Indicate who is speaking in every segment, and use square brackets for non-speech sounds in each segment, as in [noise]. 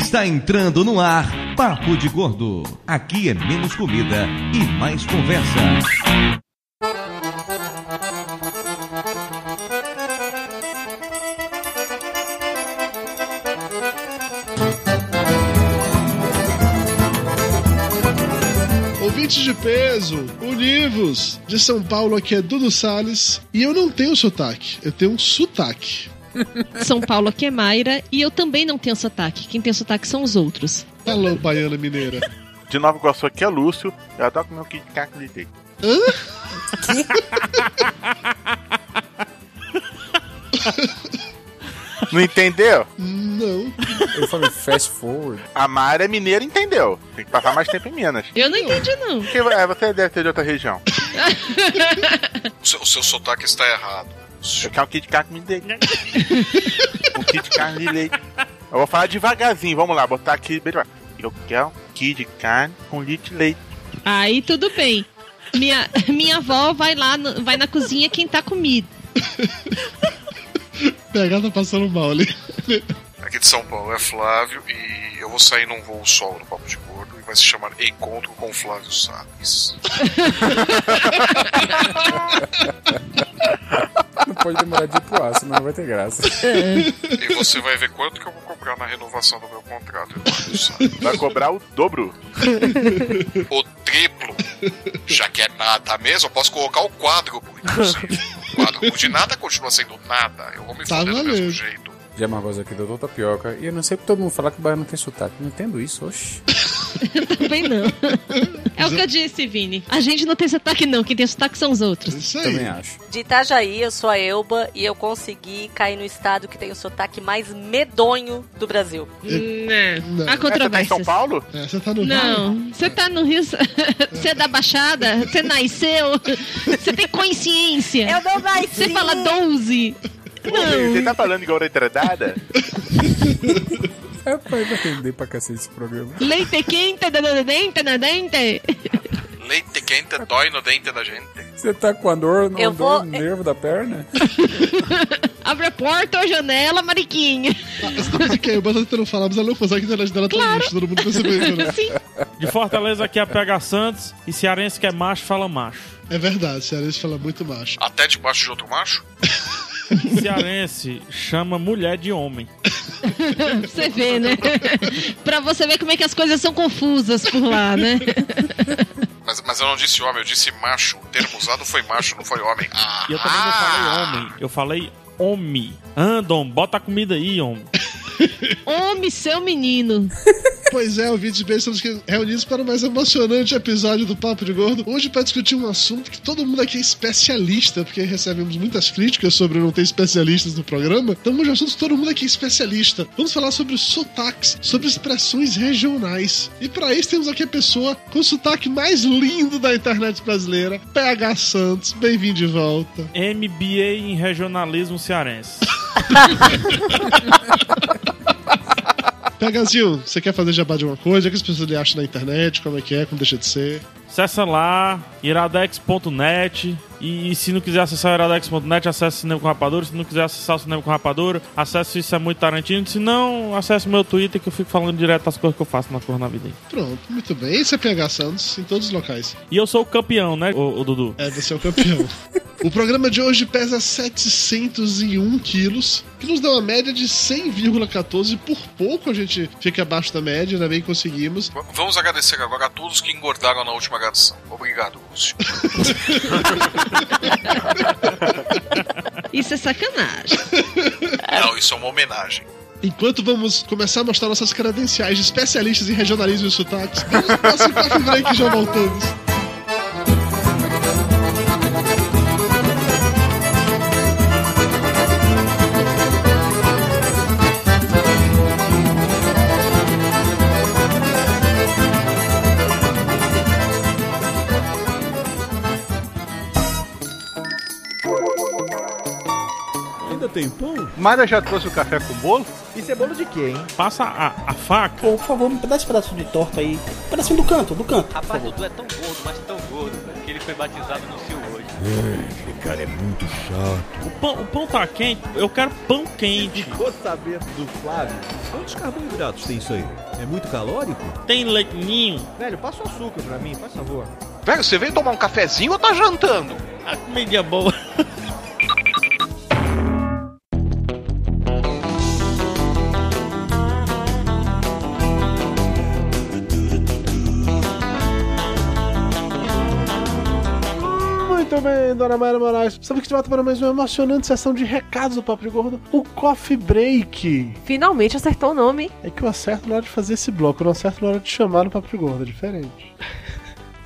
Speaker 1: Está entrando no ar Papo de Gordo. Aqui é menos comida e mais conversa.
Speaker 2: Ouvintes de peso, univos! De São Paulo, aqui é Dudu Salles. E eu não tenho sotaque, eu tenho um sotaque.
Speaker 3: São Paulo aqui é Mayra e eu também não tenho sotaque. Quem tem sotaque são os outros.
Speaker 2: Alô, baiana mineira.
Speaker 4: De Nova Iguaçu aqui é Lúcio. Eu adoro comer o Kit Kat de leite. Não entendeu?
Speaker 2: Não.
Speaker 5: Eu falei fast forward.
Speaker 4: A Mara é mineira, entendeu? Tem que passar mais tempo em Minas.
Speaker 3: Eu não entendi, não.
Speaker 4: Porque, é, você deve ter de outra região.
Speaker 6: O seu, o seu sotaque está errado.
Speaker 4: Eu quero um Kit Kat de leite. Um Kit Kat de leite. Eu vou falar devagarzinho, vamos lá, botar aqui bem devagar. Eu quero um Kit Kat com leite de leite.
Speaker 3: Aí tudo bem. Minha, minha avó vai lá, no- vai na cozinha quem tá comida.
Speaker 2: PH tá passando mal ali.
Speaker 6: Aqui de São Paulo é Flávio e eu vou sair num voo solo no Papo de Gordo e vai se chamar Encontro com Flávio Salles.
Speaker 5: Não pode demorar de ir pro ar, senão não vai ter graça.
Speaker 6: E você vai ver quanto que eu vou cobrar na renovação do meu contrato, Eduardo Salles.
Speaker 4: Vai cobrar o dobro.
Speaker 6: O triplo, já que é nada mesmo, eu posso colocar o quádruplo, inclusive. O quádruplo de nada continua sendo nada. Eu vou me
Speaker 2: Tá
Speaker 6: foder do
Speaker 2: valendo.
Speaker 6: mesmo jeito.
Speaker 5: Já Marvosa aqui, doutor Tapioca. E eu não sei porque todo mundo fala que o baiano tem sotaque. Não entendo isso, oxi.
Speaker 3: Também não. É o que eu disse, Vini. A gente não tem sotaque, não. Quem tem sotaque são os outros.
Speaker 2: Isso
Speaker 5: Também
Speaker 2: aí.
Speaker 5: acho.
Speaker 7: De Itajaí, eu sou a Elba e eu consegui cair no estado que tem o sotaque mais medonho do Brasil.
Speaker 3: Não. Há
Speaker 2: Não.
Speaker 4: Essa tá em São
Speaker 3: controvérsias.
Speaker 4: Paulo?
Speaker 2: É, você tá no Rio?
Speaker 3: Não, você tá no Rio, você é da Baixada, você nasceu, você tem consciência,
Speaker 7: não nasci!
Speaker 3: você fala 12.
Speaker 4: Você tá falando igual retardada?
Speaker 5: É, pai, vai render pra cacete esse programa.
Speaker 3: Leite quente, dente, na dente.
Speaker 6: Leite quente dói no dente da gente.
Speaker 5: Você tá com a dor no,
Speaker 7: Eu vou-
Speaker 5: dor no nervo da perna?
Speaker 3: Abre a porta ou janela, Mariquinha.
Speaker 2: Essa tá coisa que eu bastante tentando falar, mas ela não consegue internet dela tá lixo, todo mundo percebeu, né?
Speaker 3: [laughs] Sim.
Speaker 8: De Fortaleza aqui é PH Santos e cearense que é macho fala macho.
Speaker 2: É verdade, sério, eles falam muito macho.
Speaker 6: Até debaixo de outro macho?
Speaker 8: Cearense chama mulher de homem.
Speaker 3: Você vê, né? pra você ver como é que as coisas são confusas por lá, né?
Speaker 6: Mas, mas eu não disse homem, eu disse macho. O termo usado foi macho, não foi homem. Ah,
Speaker 8: E eu também não falei homem, eu falei homem. Anda, homem, bota a comida aí, homem.
Speaker 3: Homem, seu menino.
Speaker 2: Pois é, ouvintes bem, estamos aqui reunidos para o mais emocionante episódio do Papo de Gordo. Hoje para discutir um assunto que todo mundo aqui é especialista, porque recebemos muitas críticas sobre não ter especialistas no programa. Então hoje é um assunto que todo mundo aqui é especialista. Vamos falar sobre os sotaques, sobre expressões regionais. E para isso temos aqui a pessoa com o sotaque mais lindo da internet brasileira, PH Santos. Bem-vindo de volta.
Speaker 8: MBA em regionalismo cearense.
Speaker 2: PHzinho, você quer fazer jabá de uma coisa? O que as pessoas lhe acham na internet? Como é que é? Como deixa de ser?
Speaker 8: Acessa lá, iradex.net. E, e se não quiser acessar iradex.net, acesse Cinema com Rapadura. Se não quiser acessar o Cinema com Rapadura, acesse Isso é Muito Tarantino. Se não, acesse meu Twitter que eu fico falando direto as coisas que eu faço na cor na vida aí.
Speaker 2: Pronto, muito bem. Esse é PH Santos em todos os locais.
Speaker 8: E eu sou o campeão, né, o, Dudu?
Speaker 2: É, você é o campeão. o programa de hoje pesa 701 quilos, que nos dá uma média de 100,14. Por pouco a gente fica abaixo da média, ainda bem que conseguimos.
Speaker 6: V- Vamos agradecer agora a todos que engordaram na última gravação. Obrigado, Lúcio.
Speaker 3: Isso é sacanagem.
Speaker 6: Não, isso é uma homenagem.
Speaker 2: Enquanto vamos começar a mostrar nossas credenciais de especialistas em regionalismo e sotaques, assim, vamos pro nosso coffee break e já voltamos.
Speaker 8: Ainda tem pão?
Speaker 4: Mara já trouxe o café com bolo?
Speaker 9: Isso é bolo de quê, hein?
Speaker 8: Passa a, a faca.
Speaker 10: Pô, por favor, me dá esse pedaço de torta aí. Pedacinho do canto, do canto.
Speaker 9: Rapaz, Dudu é tão gordo, mas tão gordo, que ele foi batizado no Sil hoje.
Speaker 6: Esse cara é muito chato.
Speaker 8: O pão, o pão tá quente, eu quero pão quente.
Speaker 6: Ficou sabendo do Flávio? Quantos carboidratos tem isso aí? É muito calórico?
Speaker 8: Tem leite ninho.
Speaker 6: Velho, passa o açúcar pra mim, faz favor.
Speaker 11: Velho, você veio tomar um cafezinho ou tá jantando?
Speaker 8: A comida é boa.
Speaker 5: Muito bem, Dona Mayra Moraes. Estamos aqui de volta para mais uma emocionante sessão de recados do Papo de Gordo, o Coffee Break.
Speaker 12: Finalmente acertou o nome.
Speaker 5: É que eu acerto na hora de fazer esse bloco, eu não acerto na hora de chamar no Papo de Gordo, é diferente.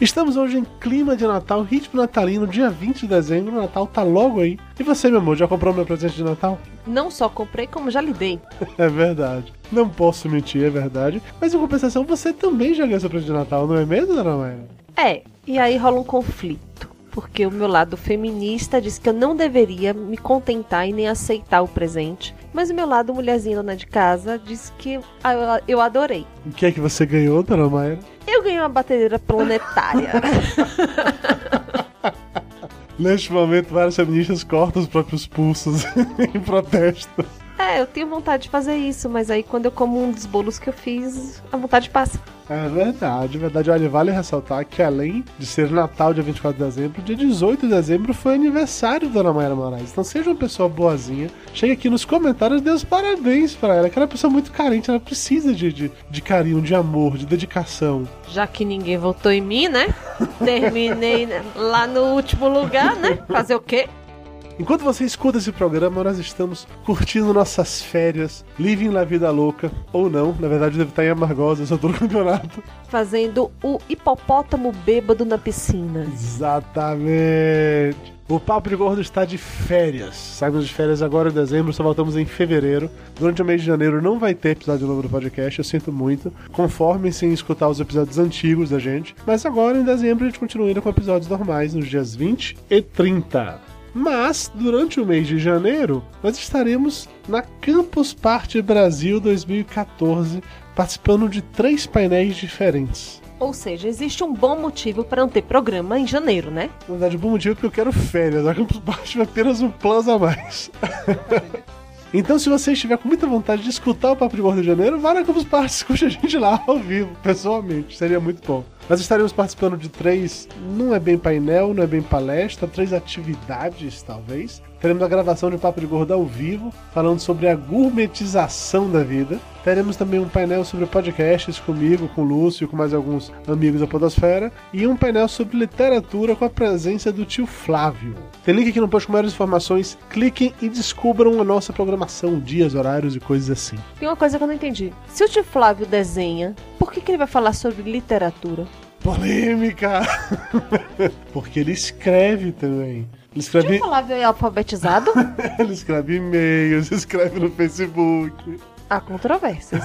Speaker 5: Estamos hoje em clima de Natal, ritmo natalino, dia 20 de dezembro, o Natal tá logo aí. E você, meu amor, já comprou meu presente de Natal?
Speaker 12: Não só comprei, como já lhe dei.
Speaker 5: [laughs] É verdade. Não posso mentir, é verdade. Mas em compensação, você também já ganhou seu presente de Natal, não é mesmo, Dona Mayra?
Speaker 12: É, e aí rola um conflito. Porque o meu lado feminista diz que eu não deveria me contentar e nem aceitar o presente. Mas o meu lado mulherzinha dona de casa diz que ah, eu- eu adorei.
Speaker 5: O que é que você ganhou, Dona Mayra?
Speaker 12: Eu ganhei uma batedeira planetária.
Speaker 5: [laughs] Neste momento, várias feministas cortam os próprios pulsos [laughs] em protesto.
Speaker 12: é, eu tenho vontade de fazer isso, mas aí quando eu como um dos bolos que eu fiz, a vontade passa.
Speaker 5: É verdade, é verdade. Olha, vale ressaltar que além de ser Natal, dia 24 de dezembro, dia 18 de dezembro foi aniversário da Dona Mayra Moraes. Então seja uma pessoa boazinha, chegue aqui nos comentários e dê os parabéns pra ela, que ela é uma pessoa muito carente, ela precisa de, de, de carinho, de amor, de dedicação.
Speaker 12: Já que ninguém votou em mim, né? Terminei né, lá no último lugar, né? Fazer o quê?
Speaker 5: Enquanto você escuta esse programa, nós estamos curtindo nossas férias, living la vida louca, ou não, na verdade eu devo estar em Amargosa, eu só tô no campeonato.
Speaker 12: Fazendo o hipopótamo bêbado na piscina.
Speaker 5: Exatamente. O Papo de Gordo está de férias. Saímos de férias agora em dezembro, só voltamos em fevereiro. Durante o mês de janeiro não vai ter episódio novo do podcast, eu sinto muito. Conformem-se em escutar os episódios antigos da gente. Mas agora, em dezembro, [laughs] a gente continua indo com episódios normais, nos dias 20 e 30. Mas, durante o mês de janeiro, nós estaremos na Campus Party Brasil 2014, participando de três painéis diferentes.
Speaker 12: Ou seja, existe um bom motivo para não ter programa em janeiro, né?
Speaker 5: Na verdade, o bom motivo é porque eu quero férias. A Campus Party é apenas um plus a mais. Então, se você estiver com muita vontade de escutar o Papo de Gordo de Janeiro, vá na Campus Party, escute a gente lá ao vivo, pessoalmente, seria muito bom. Nós estaremos participando de três, não é bem painel, não é bem palestra, três atividades, talvez. Teremos a gravação de Papo de Gordo ao vivo, falando sobre a gourmetização da vida. Teremos também um painel sobre podcasts comigo, com o Lúcio, e com mais alguns amigos da Podosfera. E um painel sobre literatura com a presença do tio Flávio. Tem link aqui no post com maiores informações. Cliquem e descubram a nossa programação, dias, horários e coisas assim.
Speaker 12: Tem uma coisa que eu não entendi. Se o tio Flávio desenha, por que, que ele vai falar sobre literatura?
Speaker 5: Polêmica! Porque ele escreve também. Ele escreve.
Speaker 12: O Flávio é alfabetizado?
Speaker 5: Ele escreve e-mails, [laughs] escreve no Facebook.
Speaker 12: Há controvérsias.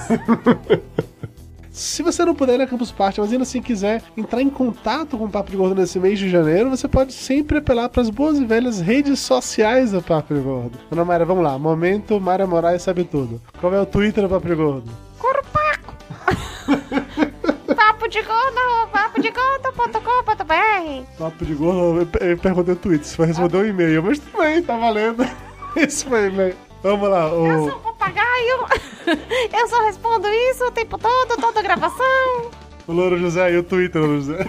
Speaker 5: [laughs] Se você não puder ir na Campus Party, mas ainda assim quiser entrar em contato com o Papo de Gordo nesse mês de janeiro, você pode sempre apelar para as boas e velhas redes sociais do Papo de Gordo. Ana Mayra, vamos lá. Momento, Mayra Moraes sabe tudo. Qual é o Twitter do Papo de Gordo?
Speaker 2: Papo de gordo, papo de gordo.com.br.
Speaker 5: Papo de Gordo, eu- eu perguntei o Twitter, você vai responder um e-mail, mas tudo bem, tá valendo. [laughs] Isso foi e-mail. Vamos lá, o...
Speaker 2: Papagaio. [laughs] Eu só respondo isso o tempo todo, toda gravação. [laughs]
Speaker 5: O Louro José e o Twitter, Louro José.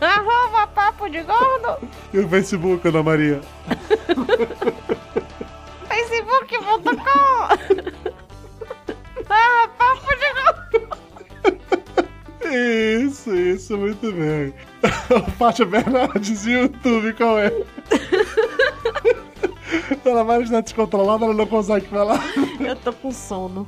Speaker 2: Arroba papo de gordo.
Speaker 5: E o Facebook, Ana Maria.
Speaker 2: Facebook.com. Ah, papo de gordo.
Speaker 5: Isso, isso, muito bem. [laughs] O Pátia Bernardes e o YouTube, qual
Speaker 2: [laughs]
Speaker 5: é? Ela vai estar descontrolada, ela não consegue falar.
Speaker 12: Eu tô com sono.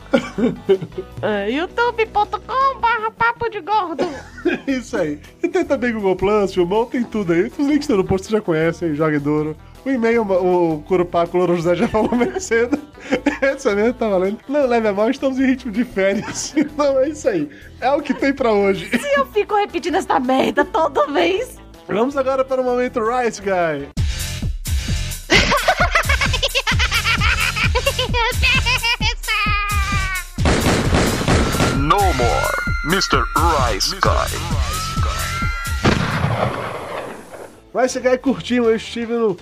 Speaker 2: É, youtube.com barra papo de gordo.
Speaker 5: [laughs] Isso aí. E tem também Google Plus, Filmão, tem tudo aí. Os links estão no post, vocês já conhecem, joga duro. O e-mail, o Curupaco, o Louro José já falou mais cedo. [laughs] Essa mesmo tá valendo. Não leve a mal, estamos em ritmo de férias. Então é isso aí. É o que tem pra hoje.
Speaker 12: Se eu fico repetindo essa merda toda vez.
Speaker 5: Vamos agora para o momento Rice Guy.
Speaker 13: No more, Mr. Rice Guy.
Speaker 14: Vai chegar e curtir, eu estive no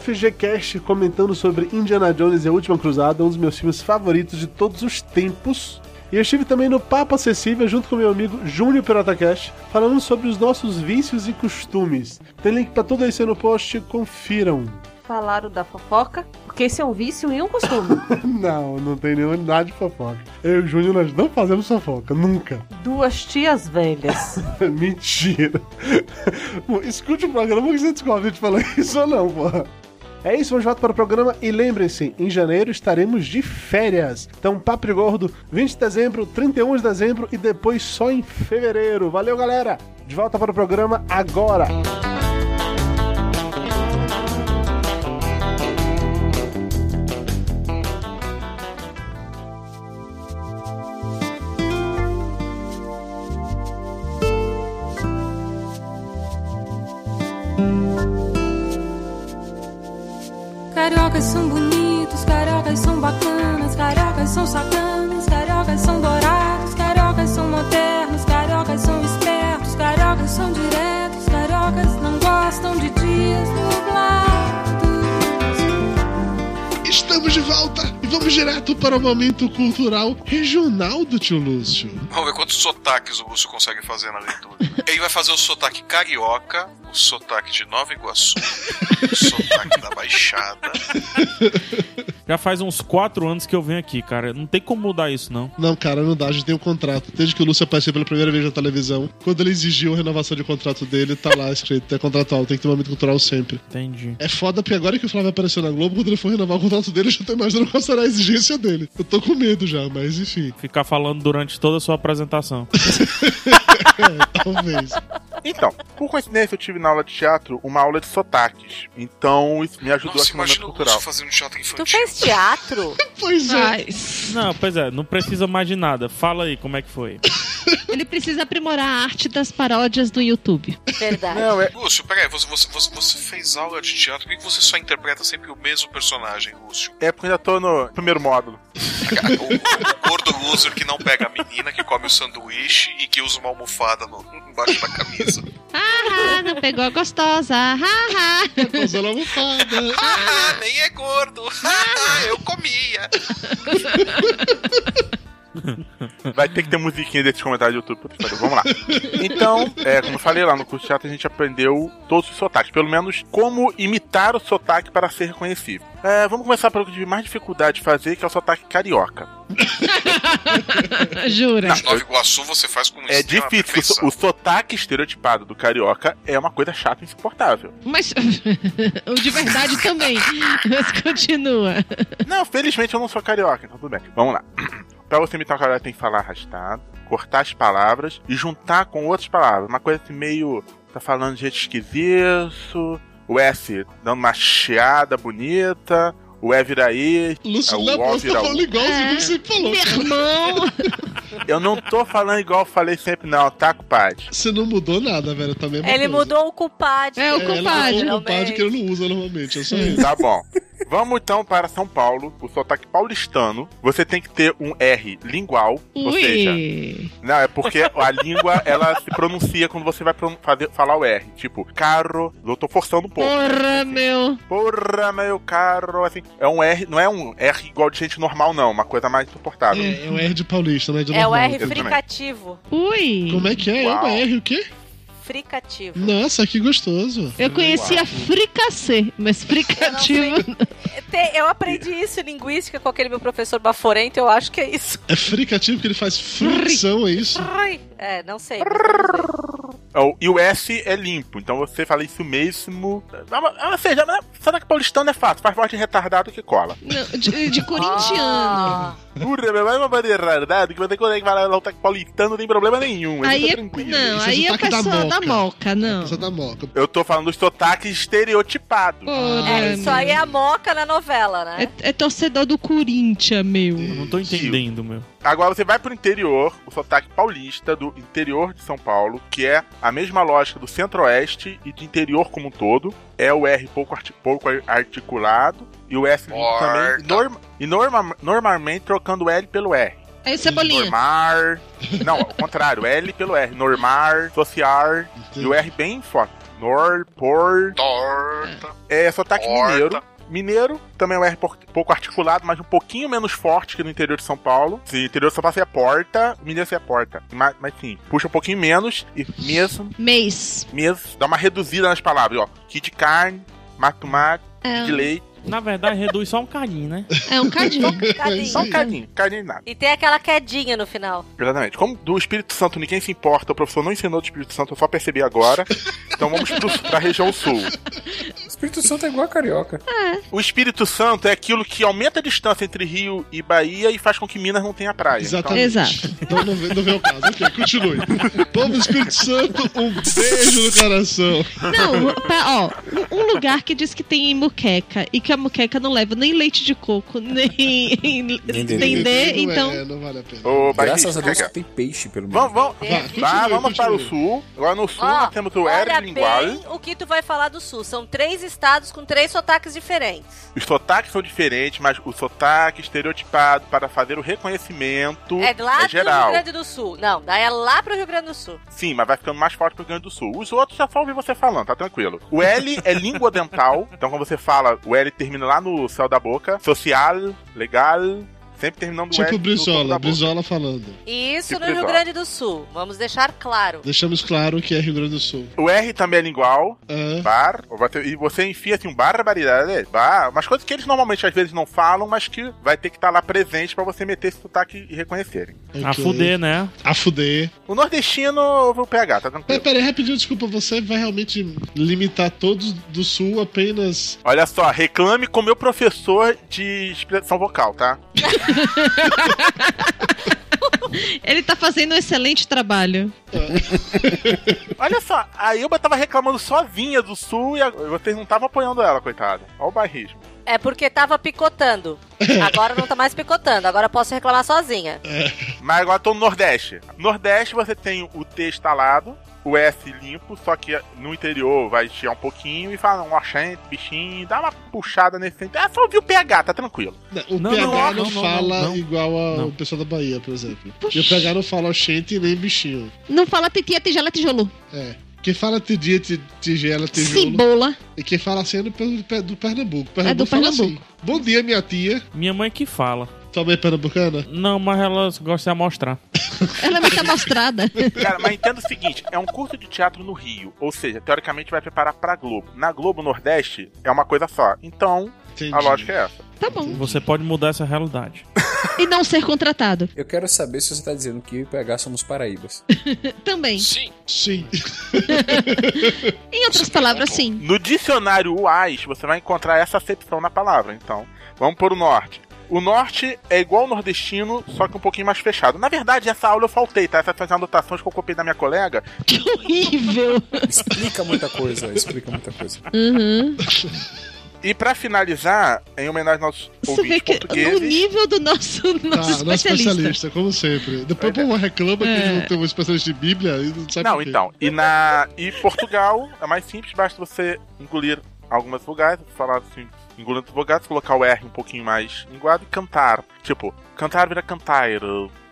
Speaker 14: FGCast comentando sobre Indiana Jones e a Última Cruzada, um dos meus filmes favoritos de todos os tempos. E eu estive também no Papo Acessível junto com meu amigo Júnior PirataCast, falando sobre os nossos vícios e costumes. Tem link pra tudo isso aí no post, confiram.
Speaker 7: Falaram da fofoca, porque esse é um vício e um costume.
Speaker 2: [laughs]
Speaker 14: Não, não tem nenhuma nada de fofoca. Eu e o Júnior, nós não fazemos fofoca, nunca. [laughs]
Speaker 7: Duas tias velhas.
Speaker 14: Mentira. Bom, Escute o programa que você descobre de falar [laughs] isso ou não, porra. É isso, vamos voltar para o programa e lembrem-se, em janeiro estaremos de férias. Então, Papo de Gordo, 20 de dezembro, 31 de dezembro e depois só em fevereiro. Valeu, galera! De volta para o programa agora!
Speaker 15: Cariocas são bonitos, cariocas são bacanas, cariocas são sacanas, cariocas são dourados, cariocas são modernos, cariocas são espertos, cariocas são diretos, cariocas não gostam de dias nublados.
Speaker 2: Estamos de volta e vamos direto para o momento cultural regional do tio Lúcio.
Speaker 6: Vamos ver quantos sotaques o Lúcio consegue fazer na
Speaker 4: [laughs]
Speaker 6: leitura. Ele vai fazer o sotaque carioca, o sotaque de Nova Iguaçu, o sotaque da Baixada.
Speaker 8: Já faz uns quatro anos que eu venho aqui, cara. Não tem como mudar isso, não.
Speaker 2: Não, cara, não dá. A gente tem um contrato. Desde que o Lúcio apareceu pela primeira vez na televisão, quando ele exigiu a renovação de contrato dele, tá lá escrito: é contratual, tem que ter um momento cultural sempre.
Speaker 8: Entendi.
Speaker 2: É foda porque agora que o Flávio apareceu na Globo, quando ele for renovar o contrato dele, eu já tô imaginando qual será a exigência dele. Eu tô com medo já, mas enfim.
Speaker 8: Ficar falando durante toda a sua [laughs] apresentação.
Speaker 2: é, Talvez.
Speaker 4: Então, por coincidência, eu tive na aula de teatro uma aula de sotaques. Então, isso me ajudou
Speaker 6: Nossa,
Speaker 4: aqui no
Speaker 6: imagina
Speaker 4: momento
Speaker 6: o
Speaker 4: cultural.
Speaker 6: Lúcio fazendo um teatro infantil.
Speaker 7: Tu
Speaker 15: [laughs]
Speaker 7: fez teatro?
Speaker 2: pois
Speaker 3: é.
Speaker 8: Não, pois é, não precisa mais de nada. Fala aí como é que foi.
Speaker 3: Ele precisa aprimorar a arte das paródias do YouTube.
Speaker 7: Verdade.
Speaker 6: Lúcio, peraí, você, você, você, você fez aula de teatro, por que você só interpreta sempre o mesmo personagem, Lúcio?
Speaker 4: É porque eu ainda tô no primeiro módulo.
Speaker 6: O gordo loser que não pega a menina, que come o sanduíche e que usa uma almofada no, embaixo da camisa.
Speaker 3: Ah, não pegou a gostosa. Ah, ah.
Speaker 2: Usando a almofada.
Speaker 3: [laughs]
Speaker 6: Ah, nem é gordo! Ah, eu comia!
Speaker 4: Vai ter que ter musiquinha desses comentários do YouTube. pra vocês fazerem. Vamos lá. Então, é, como eu falei lá no curso de teatro, a gente aprendeu todos os sotaques. Pelo menos como imitar o sotaque para ser reconhecível. É, vamos começar pelo que eu tive mais dificuldade de fazer, que é o sotaque carioca.
Speaker 3: Jura?
Speaker 6: De Nova Iguaçu você faz com
Speaker 4: É
Speaker 6: extrema
Speaker 4: difícil.
Speaker 6: perfeição.
Speaker 4: O sotaque estereotipado do carioca é uma coisa chata e insuportável.
Speaker 3: Mas o de verdade também. Mas continua.
Speaker 4: Não, felizmente eu não sou carioca, então tudo bem. Vamos lá. [clears throat] Pra você imitar o carioca, tem que falar arrastado, cortar as palavras e juntar com outras palavras. Uma coisa assim meio. Tá falando de jeito esquisito. O S dando uma chiada bonita. O E vira I.
Speaker 2: Lúcio,
Speaker 4: o
Speaker 2: na
Speaker 4: O
Speaker 2: bosta
Speaker 4: vira
Speaker 2: tá
Speaker 4: U.
Speaker 2: falando igualzinho
Speaker 3: É.
Speaker 2: que você falou.
Speaker 3: Meu irmão.
Speaker 4: Eu não tô falando igual eu falei sempre, não, tá, compadre?
Speaker 2: Você não mudou nada, velho. Tá a mesma
Speaker 16: Ele
Speaker 2: coisa.
Speaker 16: mudou o culpado.
Speaker 3: É, o
Speaker 2: É,
Speaker 3: compadre.
Speaker 2: Ele mudou o compadre que ele não usa normalmente. É só isso.
Speaker 4: Tá bom. Vamos então para São Paulo, o sotaque paulistano. Você tem que ter um R lingual, ou seja,
Speaker 3: Ui.
Speaker 4: Não, é porque a língua, ela se pronuncia quando você vai pronun- fazer, falar o R. Tipo, carro. Eu tô forçando um pouco.
Speaker 3: Porra, meu.
Speaker 4: Porra, meu carro. Assim, é um R, não é um R igual de gente normal, não. Uma coisa mais insuportável.
Speaker 2: É, é o R de paulista, né? De
Speaker 16: É o
Speaker 2: normal.
Speaker 16: R
Speaker 4: Exatamente.
Speaker 16: fricativo.
Speaker 3: Ui.
Speaker 2: Como é que é? É
Speaker 4: Uau.
Speaker 2: uma R o quê?
Speaker 16: Fricativo.
Speaker 2: Nossa, que gostoso.
Speaker 3: Eu conhecia fricacê, mas fricativo.
Speaker 16: Te- Eu aprendi isso em linguística com aquele meu professor baforento, eu acho que é isso.
Speaker 2: É fricativo que ele faz fricção, é isso?
Speaker 16: Ai, É, não sei.
Speaker 4: É o- E o S é limpo, então você fala isso mesmo. Ah, mas- ah, Ou seja, mas sotaque paulistano é fácil, faz parte de retardado que cola.
Speaker 3: Não, de, de corintiano.
Speaker 16: Ah,
Speaker 4: Porra, meu, é uma coisa de retardado que você consegue falar o sotaque paulistano, não tem problema nenhum.
Speaker 3: aí
Speaker 4: é
Speaker 3: é,
Speaker 4: tranquilo.
Speaker 3: não,
Speaker 2: Esse
Speaker 3: aí é
Speaker 2: sotaque da
Speaker 3: pessoa
Speaker 2: moca.
Speaker 3: da moca, não.
Speaker 2: Essa da tá moca.
Speaker 4: Eu tô falando dos sotaques estereotipados.
Speaker 3: Porra,
Speaker 16: é, isso
Speaker 3: meu.
Speaker 16: aí é a moca na novela, né?
Speaker 3: É, é torcedor do Corinthians, meu.
Speaker 8: Eu não tô entendendo, meu.
Speaker 4: Agora você vai pro interior, o sotaque paulista do interior de São Paulo, que é a mesma lógica do centro-oeste e de interior como um todo. É o R pouco, arti- pouco articulado e o S limpo também. E, norma- e norma- normalmente trocando o L pelo R.
Speaker 3: Aí, É Cebolinha.
Speaker 4: [laughs] Normar. Não, ao contrário, L pelo R. Normar, social. E o R bem forte. Nor, por.
Speaker 6: Torta.
Speaker 4: É sotaque
Speaker 6: Horta.
Speaker 4: mineiro. Mineiro também é um R por- pouco articulado, mas um pouquinho menos forte que no interior de São Paulo. Se o interior de São Paulo seria porta, o mineiro seria porta. Mas, mas sim, puxa um pouquinho menos e mesmo.
Speaker 3: Mês.
Speaker 4: Mês. Dá uma reduzida nas palavras, ó. Kit de carne, mato mato,
Speaker 3: É.
Speaker 4: de leite.
Speaker 8: Na verdade, reduz só um cadinho, né?
Speaker 3: É um cadinho.
Speaker 12: [laughs]
Speaker 16: Cadinho.
Speaker 4: Só um cadinho, cadinho de nada.
Speaker 16: E tem aquela quedinha no final.
Speaker 4: Exatamente. Como do Espírito Santo ninguém se importa, o professor não ensinou do Espírito Santo, eu só percebi agora. Então vamos pro, pra região sul.
Speaker 5: Espírito Santo é igual a carioca.
Speaker 4: O Espírito Santo é aquilo que aumenta a distância entre Rio e Bahia e faz com que Minas não tenha praia.
Speaker 2: Exatamente. Exato. Então não, vê- não vem o caso. Ok, continue. Povo do Espírito Santo, um beijo no coração.
Speaker 3: Não, pa- ó, um- um lugar que diz que tem muqueca e que a muqueca não leva nem leite de coco, [laughs] nem nem
Speaker 5: dendê.
Speaker 3: dendê,
Speaker 2: Não é,
Speaker 3: então.
Speaker 2: não vale a pena.
Speaker 4: Ô, Bahia,
Speaker 5: Graças a Deus
Speaker 4: chega.
Speaker 5: que tem peixe, pelo menos.
Speaker 4: Vamos, vamos,
Speaker 16: É.
Speaker 4: tá,
Speaker 2: Continue,
Speaker 4: vamos para o
Speaker 2: continue.
Speaker 4: sul. Agora no sul
Speaker 16: Ó,
Speaker 4: nós temos o
Speaker 16: olha
Speaker 4: Eri é Lingual.
Speaker 16: bem o que tu vai falar do Sul. São três estados com três sotaques diferentes.
Speaker 4: Os sotaques são diferentes, mas o sotaque estereotipado para fazer o reconhecimento
Speaker 16: É lá
Speaker 4: é geral.
Speaker 16: do Rio Grande do Sul. Não, daí é lá pro Rio Grande do Sul.
Speaker 4: Sim, mas vai ficando mais forte pro Rio Grande do Sul. Os outros já só ouvir você falando, tá tranquilo. O L é língua dental, [laughs] então quando você fala, o L termina lá no céu da boca. Social, legal, sempre terminando o
Speaker 2: Tipo
Speaker 4: L. no topo da
Speaker 2: Brizola,
Speaker 4: boca.
Speaker 2: Brizola falando.
Speaker 16: E Isso
Speaker 4: Tipo
Speaker 16: no Rio
Speaker 4: Brizola.
Speaker 16: Grande do Sul. Vamos deixar claro.
Speaker 2: Deixamos claro que é Rio Grande do Sul.
Speaker 4: O R também é lingual.
Speaker 2: Ah.
Speaker 4: Bar. ou vai ter- E você enfia assim, um barbaridade. Bar. Umas coisas que eles normalmente às vezes não falam, mas que vai ter que estar lá presente pra você meter esse sotaque e reconhecerem.
Speaker 8: A
Speaker 2: Ok.
Speaker 8: fuder, né?
Speaker 2: A fuder.
Speaker 4: O nordestino eu vou pegar, tá
Speaker 2: Pera, [laughs]
Speaker 4: tranquilo.
Speaker 2: pera aí, rapidinho, desculpa, você vai realmente limitar todos do sul apenas.
Speaker 4: Olha só, reclame com meu professor de expressão vocal, tá?
Speaker 3: Ele tá fazendo um excelente trabalho.
Speaker 4: Olha só, a Ilba tava reclamando sozinha do sul e a- vocês não estavam apoiando ela, coitada. Olha o barrismo.
Speaker 16: É porque tava picotando. Agora não tá mais picotando. Agora eu posso reclamar sozinha.
Speaker 4: Mas agora tô no Nordeste. Nordeste você tem o T estalado, o S limpo, só que no interior vai estiar um pouquinho e fala, um oxente, bichinho, dá uma puxada nesse sentido. É só ouvir o pH, tá tranquilo.
Speaker 2: O
Speaker 8: Não,
Speaker 2: PH
Speaker 8: não,
Speaker 2: não,
Speaker 8: não, não,
Speaker 2: fala
Speaker 8: não, não.
Speaker 2: igual ao
Speaker 8: Não.
Speaker 2: pessoal da Bahia, por exemplo. E o PH não fala gente nem bichinho.
Speaker 3: Não fala titia, tigela, tijolo.
Speaker 2: É. Quem fala tidia, ti- tigela, tijolo.
Speaker 3: Cebola.
Speaker 2: E quem fala assim é do, Pe- do Pernambuco. Pernambuco
Speaker 3: É do
Speaker 2: fala
Speaker 3: Pernambuco.
Speaker 2: assim. Bom dia, minha tia.
Speaker 8: Minha mãe que fala.
Speaker 2: Tua mãe é pernambucana?
Speaker 8: Não, mas ela gosta de amostrar.
Speaker 3: Ela é muito amostrada.
Speaker 4: Cara, mas entenda o seguinte, é um curso de teatro no Rio, ou seja, teoricamente vai preparar pra Globo. Na Globo Nordeste é uma coisa só. Então,
Speaker 2: Entendi.
Speaker 4: a lógica é essa.
Speaker 3: [laughs] Tá bom.
Speaker 8: Você pode mudar essa realidade.
Speaker 3: E não ser contratado.
Speaker 5: Eu quero saber se você tá dizendo que eu e o PH somos paraíbas.
Speaker 3: Também.
Speaker 6: Sim.
Speaker 4: é.
Speaker 2: Sim.
Speaker 3: Em outras palavras, sim.
Speaker 4: No dicionário UAS, você vai encontrar essa acepção na palavra. Então, vamos por o norte. O norte é igual ao nordestino, só que um pouquinho mais fechado. Na verdade, essa aula eu faltei, tá? Essas são as anotações que eu copiei da minha colega.
Speaker 3: [laughs] Que horrível.
Speaker 5: Explica muita coisa, explica muita coisa.
Speaker 3: Uhum.
Speaker 4: E pra finalizar, em homenagem aos
Speaker 3: Você vê
Speaker 4: ouvintes
Speaker 3: que o
Speaker 4: portugueses...
Speaker 3: nível do nosso, nosso
Speaker 2: Tá, nosso
Speaker 3: especialista.
Speaker 2: especialista, como sempre. Depois o povo reclama que
Speaker 3: É.
Speaker 2: eles não tem um especialista de Bíblia e não sabe
Speaker 4: Não,
Speaker 2: por quê.
Speaker 4: então. E, na... e Portugal é mais simples, basta você engolir algumas vogais, falar assim, engolindo as vogais, colocar o R um pouquinho mais linguado e cantar. Tipo, cantar vira cantar.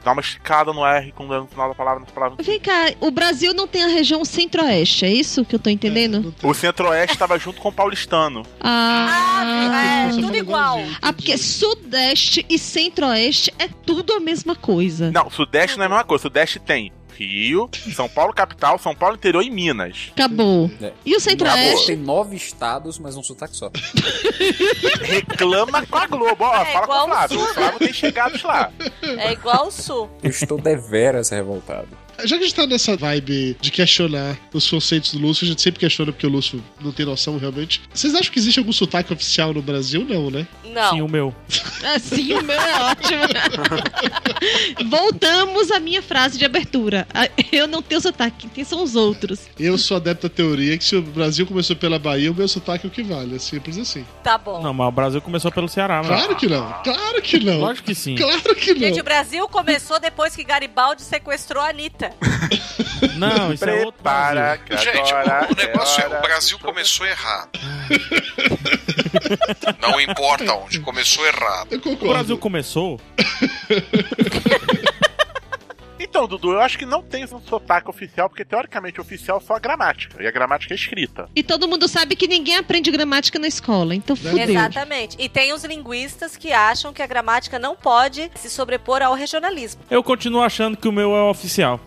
Speaker 4: Dá uma esticada no R quando é no final da palavra, nas palavras.
Speaker 3: Vem cá, o Brasil não tem a região centro-oeste, é isso que eu tô entendendo?
Speaker 4: O Centro-Oeste tava junto com o Paulistano.
Speaker 16: É
Speaker 3: Ah,
Speaker 2: Você
Speaker 16: tudo
Speaker 2: falou
Speaker 16: igual.
Speaker 2: Brasil.
Speaker 3: ah, porque sudeste e centro-oeste é tudo a mesma coisa.
Speaker 4: Não, Sudeste não é a mesma coisa. Sudeste tem Rio, São Paulo capital, São Paulo interior e Minas.
Speaker 3: Acabou.
Speaker 5: É.
Speaker 3: E o centro-oeste?
Speaker 5: Tem nove estados, mas um sotaque só.
Speaker 4: Reclama com a Globo, ó.
Speaker 16: É
Speaker 4: fala com
Speaker 16: igual
Speaker 4: o
Speaker 16: no
Speaker 4: Flávio.
Speaker 16: Sul, né?
Speaker 4: O Flávio tem chegados lá.
Speaker 16: É igual o Sul.
Speaker 5: Eu estou deveras revoltado.
Speaker 2: Já que a gente tá nessa vibe de questionar os conceitos do Lúcio, a gente sempre questiona porque o Lúcio não tem noção realmente. Vocês acham que existe algum sotaque oficial no Brasil? Não, né?
Speaker 16: Não.
Speaker 8: Sim, o meu.
Speaker 3: Assim o meu é ótimo. Voltamos à minha frase de abertura. Ah, Eu não tenho sotaque, quem são os outros?
Speaker 2: Eu sou adepto da teoria que se o Brasil começou pela Bahia, o meu sotaque é o que vale. É simples assim.
Speaker 16: Tá bom.
Speaker 8: Não, mas o Brasil começou pelo Ceará, né?
Speaker 2: Claro que não. Claro que não.
Speaker 8: Lógico que sim.
Speaker 2: Claro que
Speaker 16: Gente,
Speaker 2: não.
Speaker 16: o Brasil começou depois que Garibaldi sequestrou a Anitta.
Speaker 8: Não, isso é outro
Speaker 4: Prepara,
Speaker 8: Brasil.
Speaker 4: que
Speaker 6: Gente,
Speaker 4: agora
Speaker 6: o, o negócio é,
Speaker 4: hora.
Speaker 6: o Brasil começou errado. Não importa onde, começou errado.
Speaker 2: Eu
Speaker 8: O
Speaker 2: concordo.
Speaker 8: Brasil começou
Speaker 4: Então, Então, Dudu, eu acho que não tem um sotaque oficial, porque teoricamente oficial só a gramática. E a gramática é escrita.
Speaker 3: E todo mundo sabe que ninguém aprende gramática na escola, então fudeu.
Speaker 12: Exatamente. E tem os linguistas que acham que a gramática não pode se sobrepor ao regionalismo.
Speaker 8: Eu continuo achando que o meu é oficial.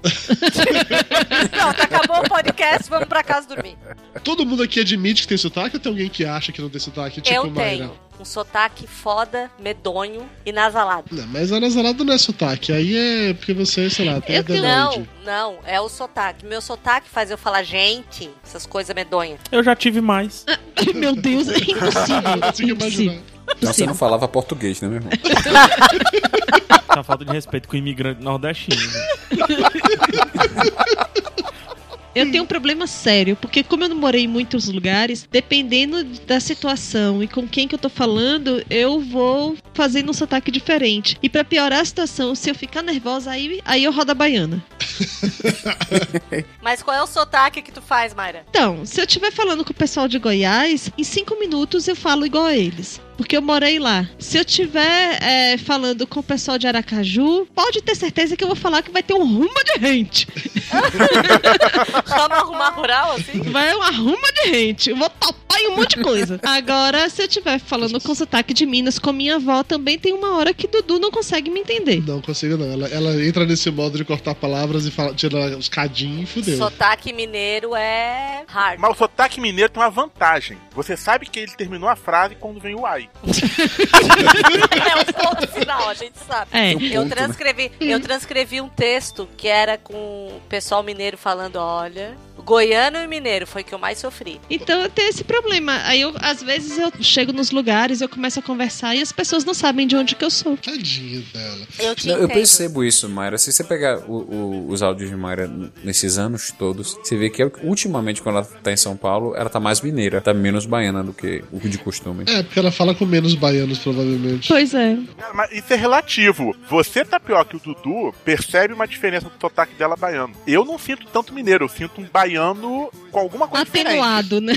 Speaker 12: Pronto, acabou o podcast, vamos pra casa dormir.
Speaker 2: Todo mundo aqui admite que tem sotaque ou tem alguém que acha que não tem sotaque? Tipo
Speaker 12: eu
Speaker 2: Mayra?
Speaker 12: tenho um sotaque foda, medonho e nasalado.
Speaker 2: Não, mas a nasalada não é sotaque. Aí é porque você, sei lá, tem
Speaker 12: Não,
Speaker 2: Adelaide.
Speaker 12: não, é o sotaque. Meu sotaque faz eu falar, gente, essas coisas medonhas.
Speaker 8: Eu já tive mais.
Speaker 3: [laughs] Meu Deus, é
Speaker 2: impossível. impossível.
Speaker 5: Não, você não falava português, né, meu irmão?
Speaker 8: Tá falta de respeito com o imigrante nordestino. né?
Speaker 3: Eu tenho um problema sério, porque como eu não morei em muitos lugares, dependendo da situação e com quem que eu tô falando, eu vou fazendo um sotaque diferente. E pra piorar a situação, se eu ficar nervosa, aí, aí eu rodo a baiana.
Speaker 12: Mas qual é o sotaque que tu faz, Mayra?
Speaker 3: Então, se eu estiver falando com o pessoal de Goiás, em cinco minutos eu falo igual a eles. Porque eu morei lá. Se eu estiver é, falando com o pessoal de Aracaju, pode ter certeza que eu vou falar que vai ter um rumo de gente.
Speaker 12: Só no arrumar rural, assim?
Speaker 3: Vai uma ruma de gente. Eu vou topar em um monte de coisa. Agora, se eu estiver falando com sotaque de Minas com minha avó, também tem uma hora que Dudu não consegue me entender.
Speaker 2: Não consigo, não. Ela, ela entra nesse modo de cortar palavras e fala, tira os cadinhos e fudeu.
Speaker 12: Sotaque mineiro é hard.
Speaker 4: Mas o sotaque mineiro tem uma vantagem. Você sabe que ele terminou a frase quando vem o ai.
Speaker 12: [laughs] É um ponto final, a gente sabe.
Speaker 4: É. É um
Speaker 12: Eu,
Speaker 4: ponto,
Speaker 12: transcrevi, eu transcrevi um texto que era com o pessoal mineiro falando: olha, goiano e mineiro foi que eu mais sofri.
Speaker 3: Então eu tenho esse problema. Aí eu, às vezes, eu chego nos lugares, eu começo a conversar e as pessoas não sabem de onde que eu sou.
Speaker 2: Tadinha dela.
Speaker 12: Eu te
Speaker 5: Não, eu
Speaker 12: entendo.
Speaker 5: percebo isso, Mayra. Se você pegar o- o- os áudios de Mayra n- nesses anos todos, você vê que ultimamente, quando ela tá em São Paulo, ela tá mais mineira, tá menos baiana do que o de costume.
Speaker 2: É, porque ela fala com menos baianos, provavelmente.
Speaker 3: Pois é.
Speaker 4: Cara, Mas isso é relativo. Você tá pior que o Dudu, percebe uma diferença do sotaque dela baiano. Eu não sinto tanto mineiro, eu sinto um baiano com alguma coisa
Speaker 3: Atenuado, né?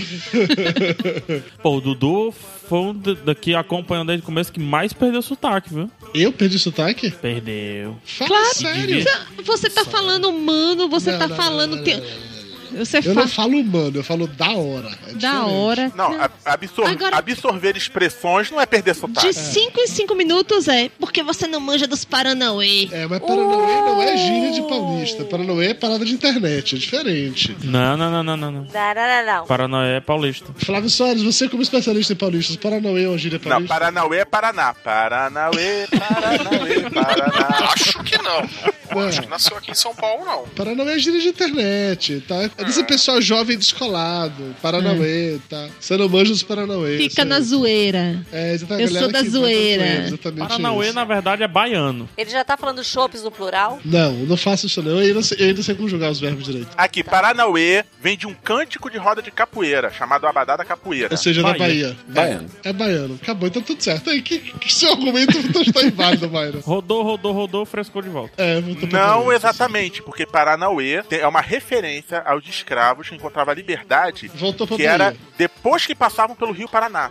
Speaker 8: Pô, o Dudu foi um da- daqui acompanhando desde o começo que mais perdeu sotaque, viu?
Speaker 2: Eu perdi sotaque?
Speaker 8: Perdeu.
Speaker 3: Claro.
Speaker 8: sério?
Speaker 3: Você tá falando humano, você
Speaker 2: Não,
Speaker 3: tá
Speaker 2: não, não,
Speaker 3: falando.
Speaker 2: não,
Speaker 3: tem- Você
Speaker 2: Eu não
Speaker 3: fala.
Speaker 2: falo humano, eu falo da hora. É
Speaker 3: Da
Speaker 2: diferente.
Speaker 3: hora.
Speaker 4: Não, a- absor- absorver expressões não é perder
Speaker 6: ah,
Speaker 4: sotaque.
Speaker 6: tá.
Speaker 3: De 5 em 5 minutos é porque você não manja dos Paranauê.
Speaker 2: É, mas Paranauê não é gíria de paulista. Paranauê é parada de internet, é diferente.
Speaker 8: Não, não, não, não, não, não.
Speaker 12: Não, não, não, não.
Speaker 8: Paranoia é paulista.
Speaker 2: Flávio Soares, você como especialista em paulistas, Paranauê é uma gíria paulista?
Speaker 4: Não, Paranauê é Paraná. Paranauê, Paranauê, Paraná.
Speaker 6: Acho que não.
Speaker 2: Não. é?
Speaker 6: Acho que nasceu aqui em São Paulo, não.
Speaker 2: Paranauê é gíria de internet, tá? É desse
Speaker 4: Ah.
Speaker 2: pessoal jovem descolado.
Speaker 4: Hum.
Speaker 2: Paranauê, tá? Você não manja dos Paranauê.
Speaker 3: Fica
Speaker 2: você-
Speaker 3: na zoeira.
Speaker 2: É, exatamente.
Speaker 3: Eu
Speaker 2: a galera
Speaker 3: sou da
Speaker 2: que vai pra
Speaker 3: zoeira.
Speaker 2: exatamente
Speaker 8: Paranauê,
Speaker 2: isso.
Speaker 8: na verdade, é baiano.
Speaker 12: Ele já tá falando chopes no plural?
Speaker 2: Não, não faço isso não. Eu ainda, sei- eu ainda sei conjugar os verbos direito.
Speaker 4: Aqui, Paranauê vem de um cântico de roda de capoeira, chamado Abadá da Capoeira.
Speaker 2: Ou seja, da Bahia.
Speaker 5: Baiano.
Speaker 2: É, é baiano. Acabou, então tudo certo. Aí, que, que seu argumento não está
Speaker 4: [laughs]
Speaker 2: inválido, Mayra.
Speaker 8: Rodou, rodou, rodou, frescou de volta.
Speaker 2: É, muito
Speaker 4: Não exatamente, porque Paranauê tem- é uma referência aos escravos que encontravam a liberdade,
Speaker 2: Voltou pra
Speaker 4: que
Speaker 2: Bahia.
Speaker 4: era depois que passavam pelo Rio Paraná.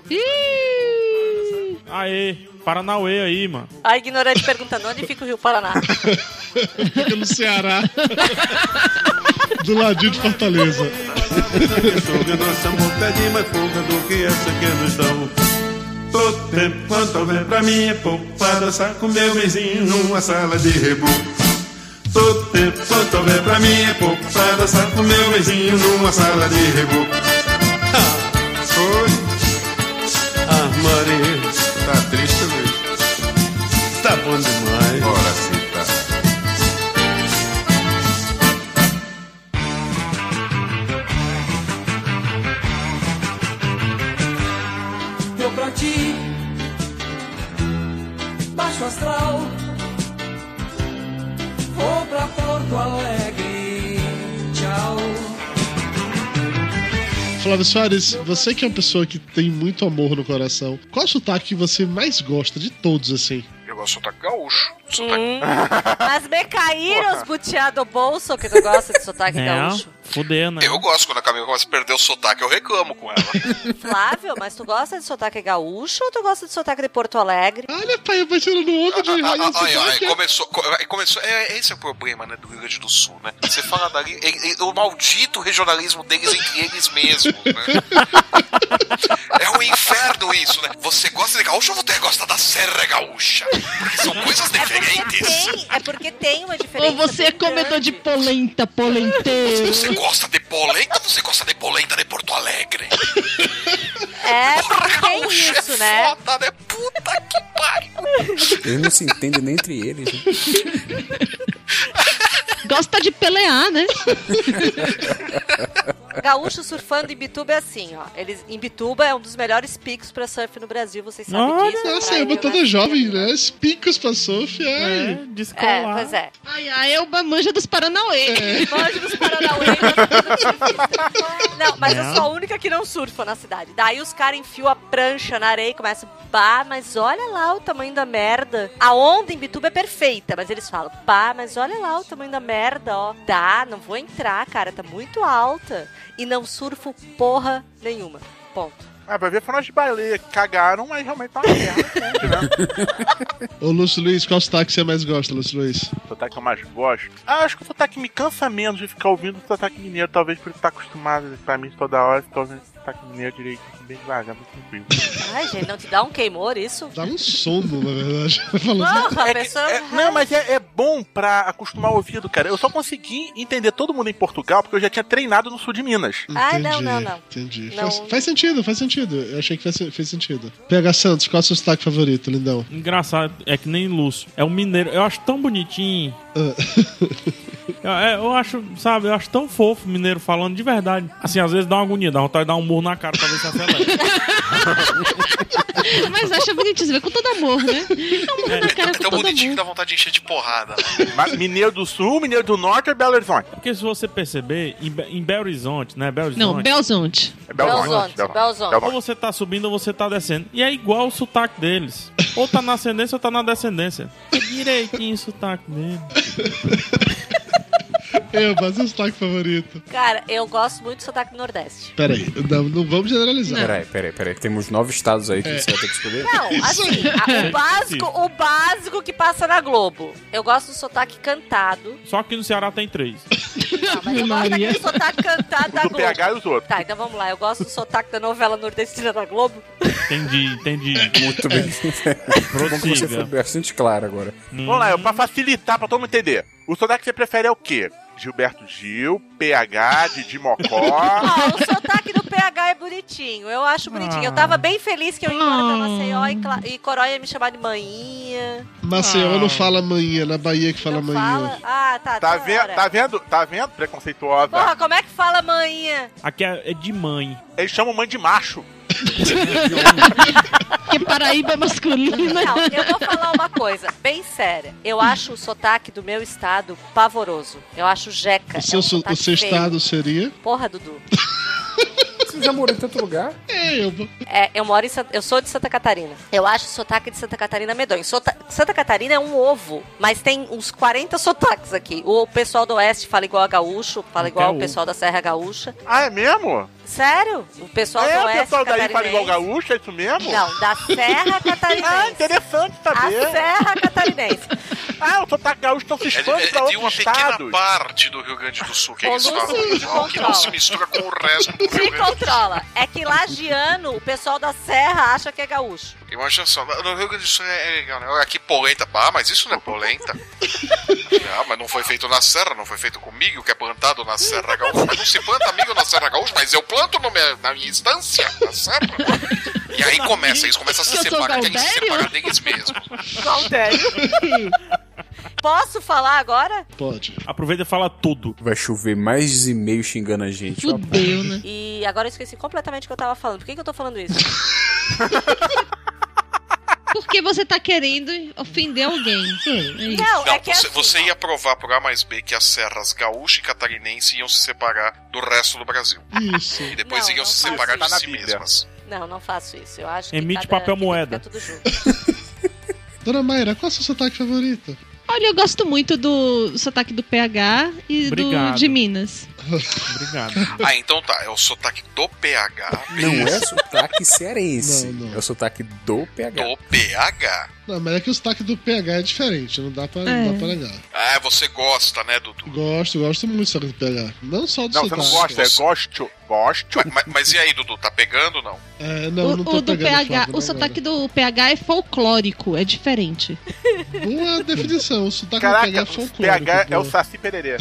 Speaker 8: Aê, Paranauê aí, mano.
Speaker 12: A ignorante perguntando onde fica o
Speaker 5: [laughs]
Speaker 12: Rio Paraná.
Speaker 2: Fica no
Speaker 4: [laughs]
Speaker 2: Ceará. Do ladinho de Fortaleza.
Speaker 17: Açougue, nossa multa um de mais pouca do que essa que nos dão. Todo tempo quanto houver pra mim é pouco pra dançar com meu vizinho numa sala de rebu. Todo tempo quanto houver pra mim é pouco pra dançar com meu vizinho numa sala de rebu. Ah, foi. Ah, Maria, tá triste mesmo. Tá bom demais. Ora sim, tá.
Speaker 18: Deu pra ti Baixo astral Vou pra Porto Alegre Tchau
Speaker 2: Flávio Soares, você que é uma pessoa que tem muito amor no coração, qual sotaque que você mais gosta de todos, assim?
Speaker 6: Eu meu sotaque gaúcho.
Speaker 12: Hum. Mas me caíram os butiá do bolso que tu gosta de sotaque gaúcho.
Speaker 8: Fudeu, É, né?
Speaker 6: Eu gosto quando a Camila começa a perder o sotaque, eu reclamo com ela.
Speaker 12: Flávio, mas tu gosta de sotaque gaúcho ou tu gosta de sotaque de Porto Alegre?
Speaker 2: Olha, pai, eu batendo no ombro de
Speaker 6: Ah, ah, ah,
Speaker 2: é
Speaker 6: ah, começou, co- aí começou. É, esse é o problema, né, do Rio Grande do Sul, né? Você fala dali. ele- ele- o maldito regionalismo deles entre eles mesmos, né? É um inferno isso, né? Você gosta de gaúcho ou você gosta da Serra Gaúcha? Porque
Speaker 12: É
Speaker 6: são coisas diferentes.
Speaker 12: Tem, é porque tem uma diferença.
Speaker 3: Ou você é comedor de
Speaker 2: [laughs]
Speaker 3: polenta, polenteiro.
Speaker 6: Você gosta de polenta ou você gosta de polenta de Porto Alegre?
Speaker 12: É, porque
Speaker 3: [laughs]
Speaker 12: tem isso, né?
Speaker 6: Foda, né? Puta que
Speaker 5: Eles não se entendem nem entre eles. né?
Speaker 3: Gosta de pelear, né?
Speaker 12: Gaúcho surfando em Bituba é assim, ó. Eles, em Bituba é um dos melhores picos pra surf no Brasil, vocês sabem
Speaker 2: Olha,
Speaker 12: disso.
Speaker 2: nossa,
Speaker 12: praia,
Speaker 2: eu toda jovem, né? Os picos pra surf, ai.
Speaker 12: É, É, pois é.
Speaker 3: Ai, ai, eu manja dos Paranauê.
Speaker 12: Manja dos Paranauê. Não, mas eu sou a única que não surfa na cidade. Daí os caras enfiam a prancha na areia e começam, pá, mas olha lá o tamanho da merda. A onda em Bituba é perfeita, mas eles falam, pá, mas olha lá o tamanho da merda, ó. Dá, não vou entrar, cara, tá muito alta. E não surfo porra nenhuma. Ponto.
Speaker 4: Ah, vai ver foram as baleias que cagaram, mas realmente tá uma merda.
Speaker 2: Ô, Lúcio Luiz, qual é sotaque você mais gosta, Lúcio Luiz?
Speaker 4: O sotaque que eu mais gosto. Ah, acho que o sotaque me cansa menos de ficar ouvindo o sotaque mineiro, talvez por estar acostumado pra mim toda hora, ficar ouvindo o sotaque mineiro direito, assim, bem devagar, muito tranquilo.
Speaker 12: Ai, gente, não te dá um queimor isso?
Speaker 2: Dá um sono, na verdade. [laughs]
Speaker 12: Porra, a
Speaker 4: É que-
Speaker 12: pessoa...
Speaker 4: é- não, mas é, é bom pra acostumar o ouvido, cara. Eu só consegui entender todo mundo em Portugal porque eu já tinha treinado no sul de Minas.
Speaker 12: Ah, não, não, não.
Speaker 2: assim, "Hum, Entendi.
Speaker 12: Não.
Speaker 2: Faz, faz sentido, faz sentido. Eu achei que faz, fez sentido. PH Santos, qual é o seu sotaque favorito, lindão?
Speaker 8: Engraçado, é que nem Lúcio. É um mineiro. Eu acho tão bonitinho. Eu, [laughs] é, eu acho, sabe, eu acho tão fofo o mineiro falando de verdade. Assim, às vezes dá uma agonia, dá vontade de dar um murro na cara pra ver se acelera.
Speaker 2: É.
Speaker 3: Mas acha bonitinho, você vê com todo amor,
Speaker 2: [laughs]
Speaker 3: né?
Speaker 6: É, tão- tão bonitinho que dá vontade de encher de porrada. né?
Speaker 4: Mas mineiro do sul, mineiro do norte é Belo Horizonte.
Speaker 8: Porque se você perceber, em, Be- em Belo Horizonte, né?
Speaker 6: um
Speaker 8: Belo Horizonte.
Speaker 3: Não, Belzonte.
Speaker 4: É Belo Horizonte, Horizonte, Belo Horizonte. Belo Horizonte.
Speaker 8: Ou você tá subindo ou você tá descendo. E é igual o sotaque deles. Ou tá na ascendência ou tá na descendência. É direitinho o sotaque dele.
Speaker 2: Eu, mas o sotaque favorito.
Speaker 12: Cara, eu gosto muito do sotaque do Nordeste.
Speaker 2: Peraí, não, não vamos generalizar.
Speaker 5: Peraí, peraí, peraí. Temos nove estados aí que você vai ter que escolher.
Speaker 12: Não, assim, a- o básico, o básico que passa na Globo. Eu gosto do sotaque
Speaker 8: [laughs]
Speaker 12: cantado.
Speaker 8: Só que no Ceará tem três.
Speaker 12: Não, mas eu gosto daquele sotaque cantado da
Speaker 8: do
Speaker 12: Globo.
Speaker 8: PH e os outros.
Speaker 12: Tá, então vamos lá. Eu gosto do sotaque da novela nordestina da Globo.
Speaker 8: Entendi, entendi.
Speaker 5: [laughs] Muito bem. Bom que você
Speaker 4: Prossiga.
Speaker 5: foi bastante claro agora.
Speaker 8: Hum.
Speaker 4: Vamos lá, eu, pra facilitar, pra todo mundo entender. O sotaque que você prefere é o quê? Gilberto Gil, PH, Didi [laughs] Mocó.
Speaker 12: Ó, o sotaque do PH é bonitinho. Eu acho bonitinho. Eu tava bem feliz que eu ia embora pra Maceió e, Cla- e Corói ia me chamar de maninha.
Speaker 2: Maceió não fala manhã, na Bahia que fala manhã.
Speaker 12: Ah. Fala. Ah, tá.
Speaker 4: Tá,
Speaker 12: toda
Speaker 4: vendo,
Speaker 12: hora.
Speaker 4: tá vendo? Tá vendo? Preconceituosa.
Speaker 12: Porra, como é que fala maninha?
Speaker 8: Aqui é, é de mãe.
Speaker 4: Eles chamam mãe de macho.
Speaker 3: Que Paraíba masculina.
Speaker 12: Não, eu vou falar uma coisa bem séria.
Speaker 2: Hum.
Speaker 12: Eu acho o sotaque do meu estado pavoroso. Eu acho jeca.
Speaker 2: O seu,
Speaker 12: é um
Speaker 2: so-
Speaker 12: sotaque
Speaker 2: o seu
Speaker 12: feio.
Speaker 2: estado seria?
Speaker 12: Porra, Dudu.
Speaker 5: Você já morou em tanto lugar?
Speaker 2: É, eu...
Speaker 12: É, eu moro em Santa, Eu sou de Santa Catarina. Eu acho o sotaque de Santa Catarina medonho. Sota- Santa Catarina é um ovo, mas tem uns 40 sotaques aqui. O pessoal do Oeste fala igual a gaúcho, fala igual o
Speaker 4: um.
Speaker 12: pessoal da Serra Gaúcha.
Speaker 4: Ah, é mesmo?
Speaker 12: Sério? O pessoal
Speaker 4: é,
Speaker 12: do
Speaker 4: o
Speaker 12: Oeste
Speaker 4: pessoal daí fala
Speaker 12: catarinense-
Speaker 4: igual gaúcho, é isso mesmo?
Speaker 12: Não, da Serra Catarinense.
Speaker 4: [laughs] Ah, interessante saber.
Speaker 12: A Serra Catarinense.
Speaker 4: Ah, o sotaque gaúcho
Speaker 6: É
Speaker 4: tá se expande pra
Speaker 6: Tem
Speaker 4: outros
Speaker 6: uma pequena
Speaker 4: estados.
Speaker 6: parte do Rio Grande do Sul que
Speaker 12: Ô,
Speaker 6: eles
Speaker 12: Lúcio,
Speaker 6: falam
Speaker 12: se
Speaker 6: regional, que não
Speaker 12: controla.
Speaker 6: se mistura com o resto do Rio
Speaker 12: Se
Speaker 6: Grande do Sul.
Speaker 12: controla. É que lagiano, o pessoal da serra acha que é gaúcho.
Speaker 6: Imagina só, no Rio Grande do Sul é é legal, né? Aqui polenta, ah, mas isso não é polenta. ah, mas não foi feito na serra, não foi feito comigo, que é plantado na Serra Gaúcha. Mas não se planta amigo na Serra Gaúcha, mas eu planto no minha- na minha instância, na serra. E aí começa, eles começam a se
Speaker 12: Eu sou
Speaker 6: separar, querem se
Speaker 12: Galdério?
Speaker 6: separar deles mesmos.
Speaker 12: Posso falar agora?
Speaker 2: Pode.
Speaker 8: Aproveita e fala tudo.
Speaker 5: Vai chover mais e-mail xingando a gente.
Speaker 3: Fudeu, né?
Speaker 12: E agora eu esqueci completamente o que eu tava falando. Por que, que eu tô
Speaker 6: [laughs]
Speaker 12: falando isso?
Speaker 3: Porque você tá querendo ofender alguém. É isso.
Speaker 12: Não, assim,
Speaker 6: Não, você, você ia provar por A mais B que as serras gaúcha e catarinense iam se separar do resto do Brasil.
Speaker 12: [laughs]
Speaker 2: Isso.
Speaker 6: E depois
Speaker 12: Não,
Speaker 6: iam
Speaker 12: não
Speaker 6: se
Speaker 12: faz
Speaker 6: separar
Speaker 12: isso.
Speaker 6: de
Speaker 12: Tá na
Speaker 6: si
Speaker 4: Bíblia.
Speaker 6: mesmas.
Speaker 12: Não, não faço isso. Eu acho que
Speaker 8: Emite
Speaker 12: cada-
Speaker 8: papel
Speaker 12: que tem que
Speaker 8: moeda.
Speaker 12: ficar tudo junto.
Speaker 2: Dona Mayra, qual é o seu sotaque favorito?
Speaker 3: Olha, eu gosto muito do sotaque do PH e
Speaker 2: Obrigado.
Speaker 3: do de Minas.
Speaker 8: Obrigado.
Speaker 6: Ah, então tá, é o sotaque do PH.
Speaker 5: Não é
Speaker 6: beleza.
Speaker 5: sotaque cearense. É o sotaque do PH.
Speaker 6: Do PH.
Speaker 2: Não, mas é que o sotaque do PH é diferente, não dá pra,
Speaker 6: É.
Speaker 2: não dá pra negar.
Speaker 6: Ah, você gosta, né, Dudu?
Speaker 2: Gosto, gosto muito do sotaque do PH. Não só do
Speaker 6: Não, você
Speaker 2: sotaque.
Speaker 6: não gosta, é gosto. Gosto. Mas, mas e aí, Dudu, tá pegando ou não?
Speaker 2: É,
Speaker 3: O,
Speaker 2: não, não tô
Speaker 3: o do
Speaker 2: pegando né,
Speaker 3: PH,
Speaker 2: fogo,
Speaker 3: o
Speaker 2: não,
Speaker 3: sotaque do PH é folclórico, é diferente. [laughs]
Speaker 2: Boa definição, o sotaque
Speaker 4: Caraca,
Speaker 2: do PH é
Speaker 4: o
Speaker 2: folclórico.
Speaker 4: PH é o
Speaker 2: pô.
Speaker 4: Saci Pererê.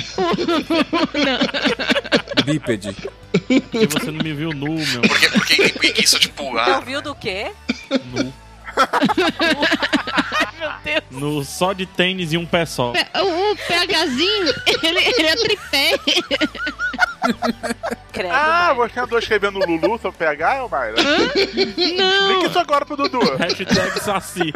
Speaker 5: Bípede.
Speaker 8: Porque você não me viu nu, meu.
Speaker 6: Porque, porque tipo, tem preguiça de
Speaker 12: Tu
Speaker 6: pular.
Speaker 12: ouviu do quê?
Speaker 8: No, só de tênis e um pé só.
Speaker 3: Pe- O, o PHzinho, [laughs] ele, ele é tripé.
Speaker 4: ah, você andou escrevendo Lulu, seu PH, ô é Mayra?
Speaker 3: Não.
Speaker 4: Explica isso agora
Speaker 2: [laughs]
Speaker 4: pro Dudu.
Speaker 8: Hashtag Saci.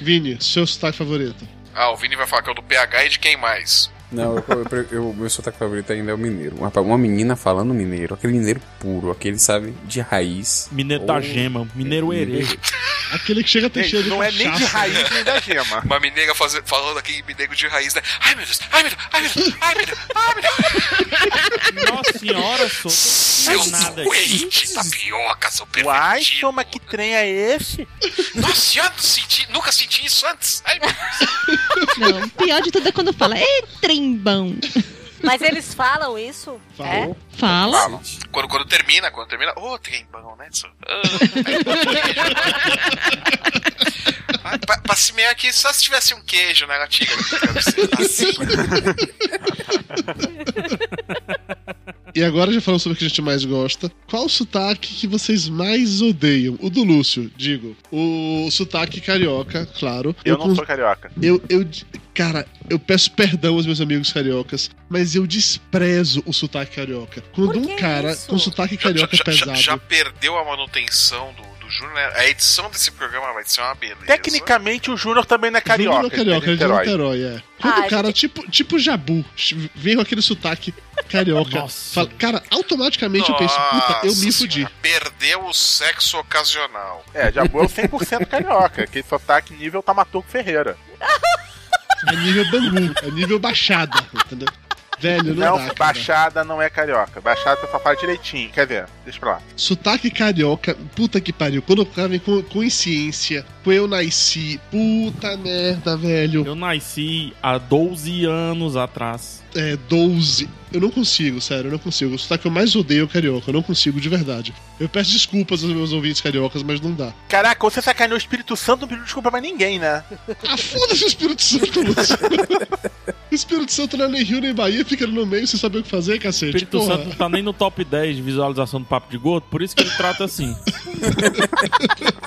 Speaker 2: Vini, seu sotaque favorito.
Speaker 6: Ah, o Vini vai falar que é o do PH e de quem mais?
Speaker 5: Não, eu- eu- eu- o meu sotaque favorito ainda é o mineiro. Uma, uma menina falando mineiro, aquele mineiro puro, aquele, sabe, de raiz.
Speaker 8: Mineiro da gema, mineiro herê.
Speaker 2: Aquele que chega até cheio de cachaça.
Speaker 4: é nem da gema.
Speaker 6: Uma mineira faze- falando aqui, mineiro de raiz, né? Ai, meu Deus, ai, meu Deus, ai, meu Deus, ai, meu Deus, ai, meu Deus.
Speaker 8: Nossa senhora, sou
Speaker 6: Seu
Speaker 8: nada.
Speaker 6: doente, tapioca, seu
Speaker 4: Uai,
Speaker 6: pervertido.
Speaker 4: toma que trem é esse?
Speaker 6: Nossa, eu não senti, nunca senti isso antes. Ai, meu Deus.
Speaker 3: Não, pior de tudo é quando fala, ei, trembão.
Speaker 12: Mas eles falam isso? É?
Speaker 3: Fala.
Speaker 6: Falam. Quando, quando termina, quando termina. Ô, trembão, né? tio?
Speaker 2: [laughs]
Speaker 6: Ah. Ai, pra, pra se meia aqui, só se tivesse um queijo na latinha.
Speaker 2: [laughs]
Speaker 6: Assim.
Speaker 2: E agora já falamos sobre o que a gente mais gosta. Qual o sotaque que vocês mais odeiam? O do Lúcio, digo. O sotaque carioca, claro.
Speaker 4: Eu não
Speaker 2: cons-
Speaker 4: sou carioca.
Speaker 2: Eu, eu, de- cara, eu peço perdão aos meus amigos cariocas, mas eu desprezo o sotaque carioca. Quando um cara com sotaque [laughs] carioca
Speaker 6: já, já-
Speaker 2: pesado.
Speaker 6: já perdeu a manutenção do, do Júnior, né? A edição desse programa vai ser uma beleza.
Speaker 4: Tecnicamente, o Júnior também não é carioca.
Speaker 2: Júnior carioca, ele é de
Speaker 4: Niterói.
Speaker 2: Niterói, é. Quando
Speaker 4: Ah,
Speaker 2: o cara, tipo, tipo Jabu, ch- vem com aquele sotaque carioca. fala- cara, automaticamente eu penso, puta, eu me
Speaker 6: Nossa
Speaker 2: fudi.
Speaker 6: Perdeu o sexo ocasional.
Speaker 4: É, Jabu é o 100% carioca. Aquele sotaque nível Tamatuco Ferreira.
Speaker 2: É nível bambu, é nível baixada, entendeu? Velho, não,
Speaker 4: Não,
Speaker 2: dá. cara.
Speaker 4: Baixada não é carioca. Baixada você só fala direitinho. Quer ver? Deixa pra lá.
Speaker 2: Sotaque carioca, puta que pariu. Quando o cara vem com, com insciência, com eu nasci, puta merda, velho.
Speaker 8: Eu nasci há 12 anos atrás.
Speaker 2: É, 12. Eu não consigo, sério, eu não consigo. O sotaque que eu mais odeio é o carioca, eu não consigo de verdade. Eu peço desculpas aos meus ouvintes cariocas, mas não dá.
Speaker 4: Caraca, você sacaneou o Espírito Santo, não pediu desculpa pra ninguém, né?
Speaker 2: Ah, foda-se o Espírito Santo, [laughs] Lúcio. O Espírito Santo não é nem Rio nem Bahia, fica ali no meio sem saber o que fazer, cacete.
Speaker 8: Espírito
Speaker 2: Porra.
Speaker 8: Santo não tá nem no top 10 de visualização do Papo de Gordo, por isso que ele
Speaker 2: [laughs]
Speaker 8: trata assim.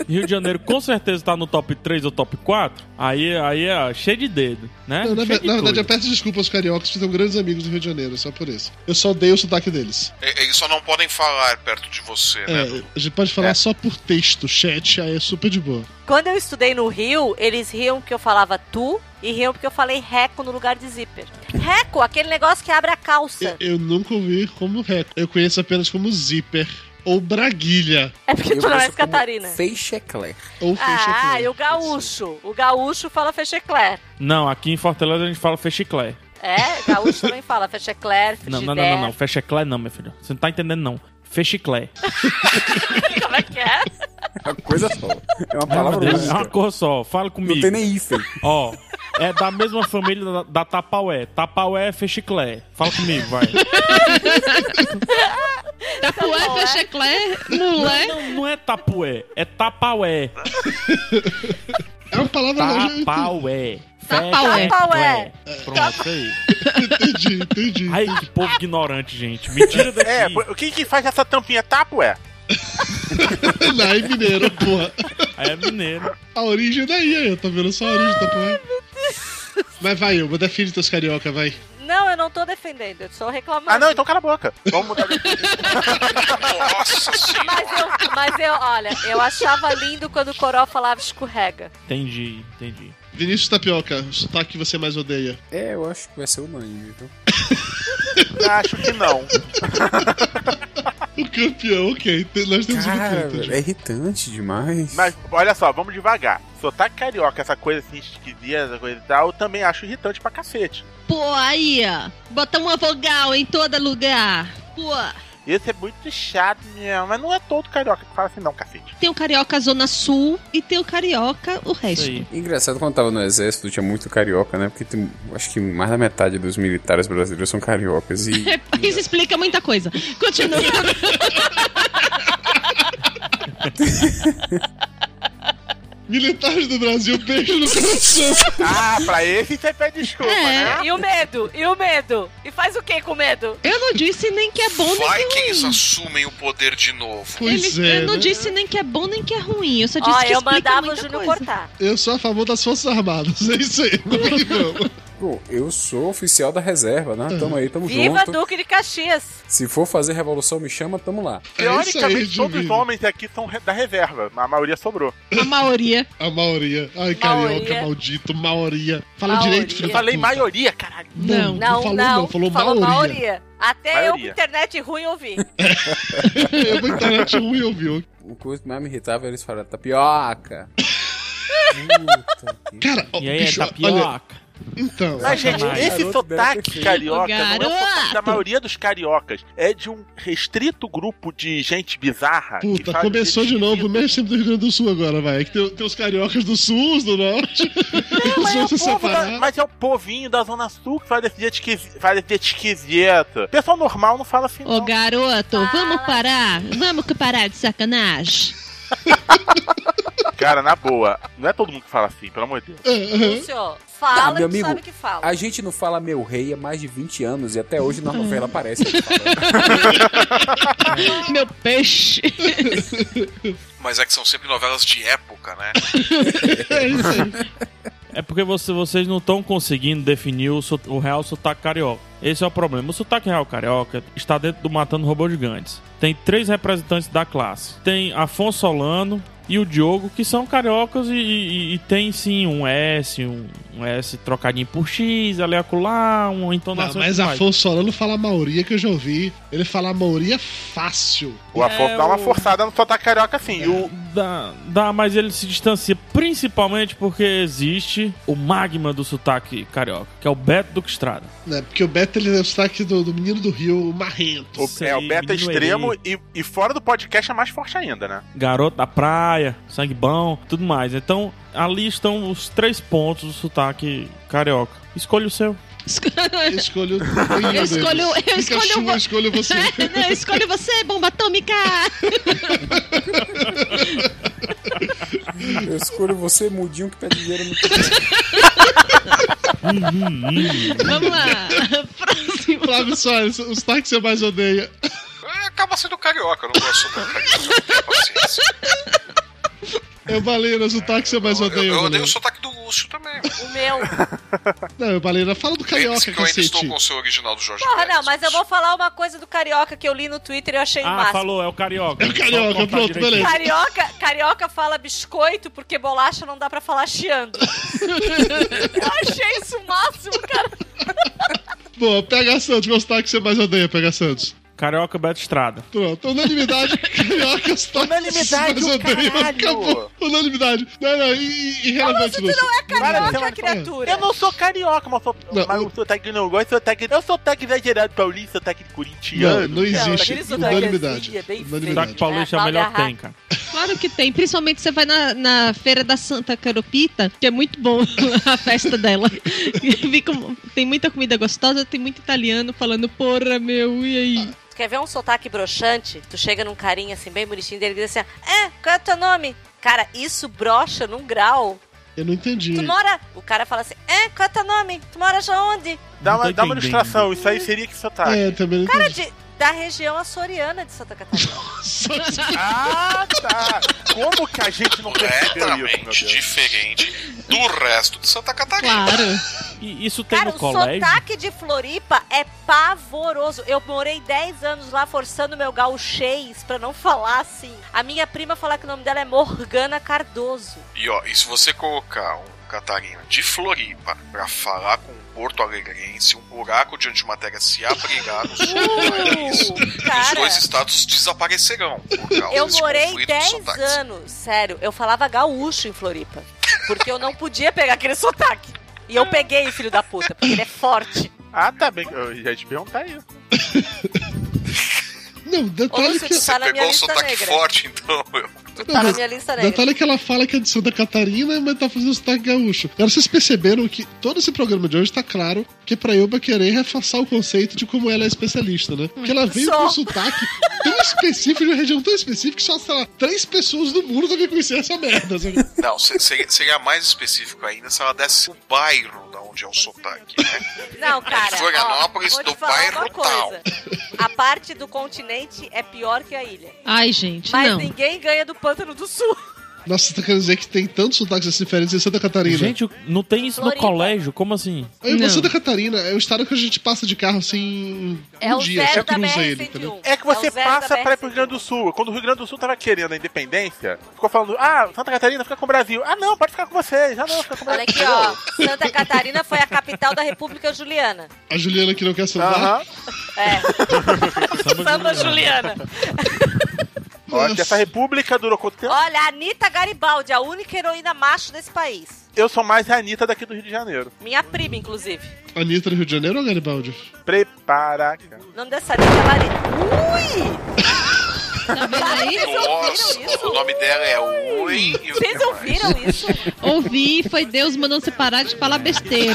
Speaker 8: Rio de Janeiro com certeza tá no top 3 ou top 4, aí, aí é cheio de dedo, né?
Speaker 2: Não, na,
Speaker 8: Cheio de
Speaker 2: na verdade,
Speaker 8: coisa.
Speaker 2: eu peço desculpas aos cariocas, que são grandes amigos do Rio de Janeiro, só por isso. Eu só odeio o sotaque deles.
Speaker 6: E- Eles só não podem falar perto de você, né?
Speaker 2: É, a gente pode falar só por texto, chat, aí é super de boa.
Speaker 12: Quando eu estudei no Rio, eles riam porque eu falava tu e riam porque eu falei reco no lugar de zíper. Reco, aquele negócio que abre a calça.
Speaker 2: Eu nunca ouvi como reco. Eu conheço apenas como zíper ou braguilha.
Speaker 12: É porque tu não és Catarina.
Speaker 5: Feixecler.
Speaker 2: Ou
Speaker 6: né?
Speaker 12: Ah, e o gaúcho. O gaúcho fala fechecler.
Speaker 8: Não, aqui em Fortaleza a gente fala fechiclé.
Speaker 12: É, gaúcho também fala fechecler,
Speaker 8: Não,
Speaker 12: fechicler.
Speaker 8: não, não, não, não, fechiclé não, meu filho. Você não tá entendendo, não. Fechiclé.
Speaker 12: [laughs] Como é que é?
Speaker 5: É uma coisa só. É uma
Speaker 8: Ai, meu
Speaker 5: palavra
Speaker 8: Deus, É
Speaker 5: única.
Speaker 8: uma cor só, fala comigo. Não tem
Speaker 5: nem hífen.
Speaker 8: Ó, é da mesma família da, da Tapaué. Tapaué é fechiclé. Fala comigo, vai.
Speaker 3: Tapué, fecheclé, mulé.
Speaker 8: Não, não é tapué, é tapaué.
Speaker 2: É uma palavra
Speaker 8: mais. Tapaué.
Speaker 3: Tapaué.
Speaker 8: Tapaué. Pronto, é isso aí.
Speaker 2: Entendi, entendi.
Speaker 8: Ai, que povo ignorante, gente. Me tira daqui.
Speaker 4: É, pô, o que que faz essa tampinha? Tapo é?
Speaker 2: [laughs] Lá é mineiro, porra.
Speaker 8: É mineiro.
Speaker 2: A origem é daí, aí, eu tô vendo só a origem da porra. Mas vai, eu vou definir teus carioca, vai.
Speaker 12: Não, eu não tô defendendo, eu só reclamando.
Speaker 4: Ah, não, então cala a boca. Vamos mudar de
Speaker 2: [laughs]
Speaker 6: Nossa
Speaker 4: tá.
Speaker 12: Mas eu, mas eu, olha, eu achava lindo quando o Coró falava escorrega.
Speaker 8: Entendi, entendi.
Speaker 2: Vinícius Tapioca, o sotaque que você mais odeia.
Speaker 5: É, eu então. acho que vai ser unânime, viu?
Speaker 4: Acho que não.
Speaker 2: O campeão, ok. Te- Nós temos um
Speaker 5: Cara,
Speaker 2: campeão.
Speaker 5: velho, é irritante demais.
Speaker 4: Mas olha só, vamos devagar. Sotaque carioca, essa coisa assim esquisita, essa coisa e tal, eu também acho irritante pra cacete.
Speaker 3: Pô, aí, ó. Bota uma vogal em todo lugar. Pô.
Speaker 4: Isso é muito chato mesmo, mas não é todo carioca que fala assim, não, cacete.
Speaker 3: Tem o carioca Zona Sul e tem o carioca o
Speaker 8: É
Speaker 3: resto.
Speaker 5: Engraçado quando tava no exército, tinha muito carioca, né? Porque tem, acho que mais da metade dos militares brasileiros são cariocas.
Speaker 12: [laughs]
Speaker 5: E
Speaker 3: Isso explica muita coisa. Continua.
Speaker 2: Militares do Brasil, beijo no
Speaker 4: [laughs]
Speaker 2: coração.
Speaker 4: Ah, pra esse você pede desculpa, né?
Speaker 3: É?
Speaker 12: E o medo? E o medo? E faz o que com medo?
Speaker 3: Eu não disse nem que é bom nem
Speaker 6: Vai
Speaker 3: que
Speaker 6: que
Speaker 3: é
Speaker 6: eles
Speaker 3: ruim.
Speaker 6: assumem o poder de novo.
Speaker 3: Ele- eu
Speaker 2: né?
Speaker 3: não disse nem que é bom nem que é ruim. Eu só disse
Speaker 12: Ó,
Speaker 3: que
Speaker 12: eu
Speaker 3: explica
Speaker 12: mandava o
Speaker 3: muita
Speaker 12: Júnior
Speaker 3: coisa.
Speaker 12: cortar.
Speaker 2: Eu sou a favor das Forças Armadas, [laughs] é isso aí. Vamos
Speaker 4: [laughs]
Speaker 2: que vamos.
Speaker 5: Pô, eu sou oficial da reserva, né? Tamo aí, tamo
Speaker 12: Uhum. Viva
Speaker 5: junto.
Speaker 12: Duque de Caxias!
Speaker 5: Se for fazer revolução, me chama, tamo lá.
Speaker 4: Teoricamente, todos os homens aqui são re- da reserva, mas a maioria sobrou.
Speaker 3: A maioria.
Speaker 2: A maioria. Ai, carioca,
Speaker 4: Maioria.
Speaker 2: maldito, maioria. Fala
Speaker 4: Maioria.
Speaker 2: direito, filho.
Speaker 4: Eu falei maioria, caralho.
Speaker 2: Não, não, falou não, falou
Speaker 12: Falou
Speaker 2: maioria.
Speaker 12: maioria. Até eu com
Speaker 5: Maioria.
Speaker 12: internet ruim ouvi.
Speaker 2: [laughs] Eu vou internet ruim, eu vi.
Speaker 5: O curso que mais me irritava era eles falarem tapioca.
Speaker 2: Cara,
Speaker 5: E
Speaker 8: aí, é tapioca.
Speaker 2: então.
Speaker 4: Mas, gente,
Speaker 8: Sacanagem.
Speaker 4: esse
Speaker 8: Garoto
Speaker 4: sotaque
Speaker 8: perfeito.
Speaker 4: carioca
Speaker 8: Ô,
Speaker 4: não é o sotaque da
Speaker 8: garoto.
Speaker 4: maioria dos cariocas. É de um restrito grupo de gente bizarra. que
Speaker 2: Puta,
Speaker 4: fala
Speaker 2: começou
Speaker 4: jeito
Speaker 2: de novo, mexe sempre do Rio Grande do Sul agora, vai. É que tem, tem os cariocas do sul, os do norte. [laughs] os
Speaker 4: Mas é, o
Speaker 2: outros
Speaker 4: povo da-
Speaker 2: separados.
Speaker 4: mas é o povinho da Zona Sul que faz esse jeito esquisito. Faz esse jeito esquisito. Pessoal normal não fala assim.
Speaker 3: Ô, garoto,
Speaker 12: Ah.
Speaker 3: vamos parar? Vamos que parar de sacanagem?
Speaker 4: Cara, na boa, não é todo mundo que fala assim, pelo amor de Deus.
Speaker 2: É.
Speaker 3: Uhum.
Speaker 12: Lúcio, fala
Speaker 5: Ah,
Speaker 12: que
Speaker 5: meu amigo,
Speaker 12: sabe o que fala.
Speaker 5: A gente não fala meu rei há mais de 20 anos e até hoje na novela aparece.
Speaker 3: Meu peixe.
Speaker 6: Mas é que são sempre novelas de época, né?
Speaker 8: É porque você- vocês não estão conseguindo definir o, so- o real sotaque carioca. Esse é o problema. O sotaque real carioca está dentro do Matando Robôs Gigantes. Tem três representantes da classe. Tem Afonso Solano e o Diogo, que são cariocas e, e- e tem sim um S, um, um S trocadinho por X, ali acolá, um, então uma
Speaker 2: Não,
Speaker 8: entonação.
Speaker 2: mas
Speaker 8: e tudo mais.
Speaker 2: Afonso Solano fala maioria que eu já ouvi. Ele fala maioria fácil.
Speaker 4: O Afonso dá uma forçada no sotaque carioca assim. E o...
Speaker 8: Dá, dá, mas ele se distancia principalmente porque existe o magma do sotaque carioca, que é o Beto Duque Estrada.
Speaker 2: Né? Porque o Beto ele é o sotaque do, do menino do Rio, o Marrento.
Speaker 4: o- é, o beta é
Speaker 8: menino
Speaker 4: extremo
Speaker 8: aí.
Speaker 4: e, e fora do podcast é mais forte ainda, né?
Speaker 8: Garoto da praia, sangue bom, tudo mais. Então, ali estão os três pontos do sotaque carioca. Escolha o seu.
Speaker 2: Eu escolho. nenhum
Speaker 3: Eu
Speaker 2: deles.
Speaker 3: escolho, eu
Speaker 2: Pikachu,
Speaker 3: escolho, É, vo-
Speaker 2: eu escolho você.
Speaker 3: [laughs] Não, eu escolho você, bomba atômica.
Speaker 5: Eu escolho você, mudinho, que pede dinheiro no
Speaker 3: Vamos lá.
Speaker 2: Flávio Soares, o sotaque que você mais odeia.
Speaker 6: É, Acaba sendo carioca, eu não gosto do carioca. tenho paciência.
Speaker 2: [laughs] Eu baleia, o sotaque que você mais
Speaker 6: Eu,
Speaker 2: odeia.
Speaker 6: eu odeio
Speaker 2: Baleia.
Speaker 6: o sotaque do Lúcio também.
Speaker 12: O meu.
Speaker 2: Não, eu baleia, fala do
Speaker 6: Lembre-se
Speaker 2: carioca,
Speaker 6: que eu ainda estou
Speaker 2: cacete.
Speaker 6: com o seu original do Jorge
Speaker 12: Porra,
Speaker 6: Guedes.
Speaker 12: não, mas eu vou falar uma coisa do carioca que eu li no Twitter e eu achei
Speaker 8: Ah,
Speaker 12: massa.
Speaker 8: falou, é o carioca. É o
Speaker 2: carioca, pronto, beleza.
Speaker 12: Carioca, carioca fala biscoito porque bolacha não dá pra falar chiando. eu achei isso o máximo, cara.
Speaker 2: Boa, PH Santos, qual o sotaque que você mais odeia, PH Santos?
Speaker 8: Carioca Beto Estrada.
Speaker 2: Pronto, unanimidade, carioca, o sotaque
Speaker 4: Unanimidade,
Speaker 2: que você mais
Speaker 4: o
Speaker 2: odeia.
Speaker 4: caralho.
Speaker 2: Acabou, unanimidade. Não, não, e, e relevante,
Speaker 12: Lúcio, tu não é
Speaker 4: Para de
Speaker 12: carioca,
Speaker 4: ser uma-
Speaker 12: criatura.
Speaker 4: Eu não sou carioca, mas, sou,
Speaker 2: Não,
Speaker 4: mas o sotaque que eu não gosto, sotaque, eu sou sotaque exagerado paulista, sotaque
Speaker 2: Não,
Speaker 4: corintiano.
Speaker 2: não existe.
Speaker 12: aquele sotaque
Speaker 2: Unanimidade.
Speaker 12: assim, é bem
Speaker 2: Unanimidade.
Speaker 8: Sotaque paulista é o melhor que tem, cara.
Speaker 3: Claro que tem. Principalmente você vai na, na Feira da Santa Caropita, que é muito bom [laughs] a festa dela. Fica um- tem muita comida gostosa, tem muito italiano falando, porra, meu, e aí?
Speaker 12: Tu quer ver um sotaque broxante? Tu chega num carinha assim, bem bonitinho dele, e diz assim: É, qual é o teu nome? Cara, isso brocha num grau.
Speaker 2: Eu não entendi.
Speaker 12: Tu mora. O cara fala assim: É, qual é o teu nome? Tu mora de onde?
Speaker 4: Dá
Speaker 8: Não
Speaker 4: uma,
Speaker 8: tô
Speaker 4: dá uma
Speaker 8: entendendo.
Speaker 4: ilustração, isso aí seria que sotaque.
Speaker 2: É, também não
Speaker 12: Cara,
Speaker 2: entendi.
Speaker 12: de, da região açoriana de Santa Catarina.
Speaker 4: Ah, tá. Como que a gente não percebeu isso, meu
Speaker 6: Completamente
Speaker 4: Deus?
Speaker 6: diferente do resto de Santa Catarina.
Speaker 3: Claro.
Speaker 8: E isso tem
Speaker 12: Cara,
Speaker 8: no
Speaker 12: o
Speaker 8: colégio.
Speaker 12: sotaque de Floripa é pavoroso. Eu morei 10 anos lá forçando meu gauchês pra não falar assim. A minha prima fala que o nome dela é
Speaker 6: [laughs]
Speaker 12: Morgana Cardoso.
Speaker 6: E ó, e se você colocar um Catarina de Floripa pra falar com um Porto Alegrense, um buraco de antimatéria se abrigar no sul do
Speaker 12: Uh!
Speaker 6: país, e os dois estados desaparecerão. Por causa
Speaker 12: Eu
Speaker 6: desse
Speaker 12: morei
Speaker 6: conflito de
Speaker 12: 10
Speaker 6: sotaques.
Speaker 12: anos, tá sério. Eu falava gaúcho em Floripa. Porque eu não podia pegar aquele sotaque. E eu peguei, filho da puta, porque ele é forte.
Speaker 4: Ah, tá bem. Eu ia te perguntar isso.
Speaker 2: Não, detalhe que... é-
Speaker 12: tá
Speaker 6: Você pegou o sotaque forte, então. Eu...
Speaker 2: Não, mas Detalhe que ela fala que é de Santa Catarina, mas tá fazendo sotaque gaúcho. Agora, vocês perceberam que todo esse programa de hoje tá claro que pra Elba querer reforçar o conceito de como ela é especialista, né? Porque ela veio
Speaker 14: Sou.
Speaker 2: com um sotaque tão específico, de uma região tão específica, que só, sei lá, três pessoas do mundo devem conhecer essa merda, sabe?
Speaker 6: Não, se- seria, seria mais específico ainda se ela desse o bairro da onde é o sotaque, né?
Speaker 12: Não, cara.
Speaker 6: De
Speaker 12: ó,
Speaker 6: Florianópolis,
Speaker 12: vou te
Speaker 6: do
Speaker 12: falar
Speaker 6: bairro
Speaker 12: uma
Speaker 6: tal.
Speaker 12: coisa. A parte do continente é pior que a ilha.
Speaker 3: Ai, gente,
Speaker 12: Mas
Speaker 3: não.
Speaker 12: ninguém ganha do pântano do sul.
Speaker 2: Nossa, você tá querendo dizer que tem tantos sotaques assim diferentes em Santa Catarina?
Speaker 8: Gente, não tem isso no colégio? Como assim?
Speaker 2: Eu, Santa Catarina é o estado que a gente passa de carro assim.
Speaker 4: É
Speaker 2: um
Speaker 4: o
Speaker 2: dia,
Speaker 4: zero
Speaker 2: você
Speaker 4: da
Speaker 2: cruza
Speaker 4: BR
Speaker 2: ele, entendeu?
Speaker 4: É que você
Speaker 2: É o zero
Speaker 4: passa
Speaker 2: da
Speaker 4: pra ir pro Rio
Speaker 12: um.
Speaker 4: Grande do Sul. Quando o Rio Grande do Sul tava querendo a independência, ficou falando, ah, Santa Catarina fica com o Brasil. Ah, não, pode ficar com vocês. Ah, não, fica com o
Speaker 12: Olha
Speaker 4: Brasil.
Speaker 12: aqui, ó. Santa Catarina foi a capital da República Juliana. É.
Speaker 2: A Juliana que não quer celular.
Speaker 12: Samba Juliana.
Speaker 4: Olha, essa república durou quanto tempo?
Speaker 12: Olha, a Anitta Garibaldi, a única heroína macho desse país.
Speaker 4: Eu sou mais a Anitta daqui do Rio de Janeiro.
Speaker 12: Minha prima, inclusive.
Speaker 2: Anitta é do Rio de Janeiro ou Garibaldi?
Speaker 4: Prepara.
Speaker 12: O nome dessa Anitta é Mari... Ui! Tá vendo aí?
Speaker 6: Nossa, o nome dela é Ui. e o-
Speaker 12: Vocês ouviram isso?
Speaker 3: Ouvi, foi Deus mandando você parar de falar besteira.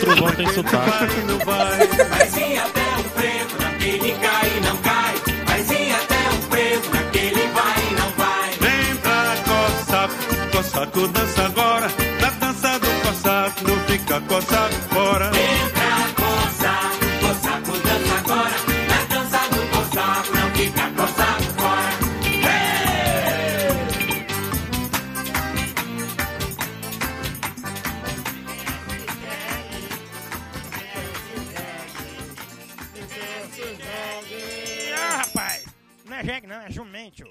Speaker 8: Trovão tem sotaque.
Speaker 18: Mas em até o preto naquele cai e não cai. Mas em até o preto naquele vai e não vai.
Speaker 17: Vem pra coçaco, coçaco dança agora. Na dança do coçaco, não fica coçaco fora.
Speaker 18: Vem pra coçaco, coçaco dança agora. Na dança do coçaco não fica coçaco fora. Hey!
Speaker 19: Não, rapaz. Não é jegue, não. É jumento.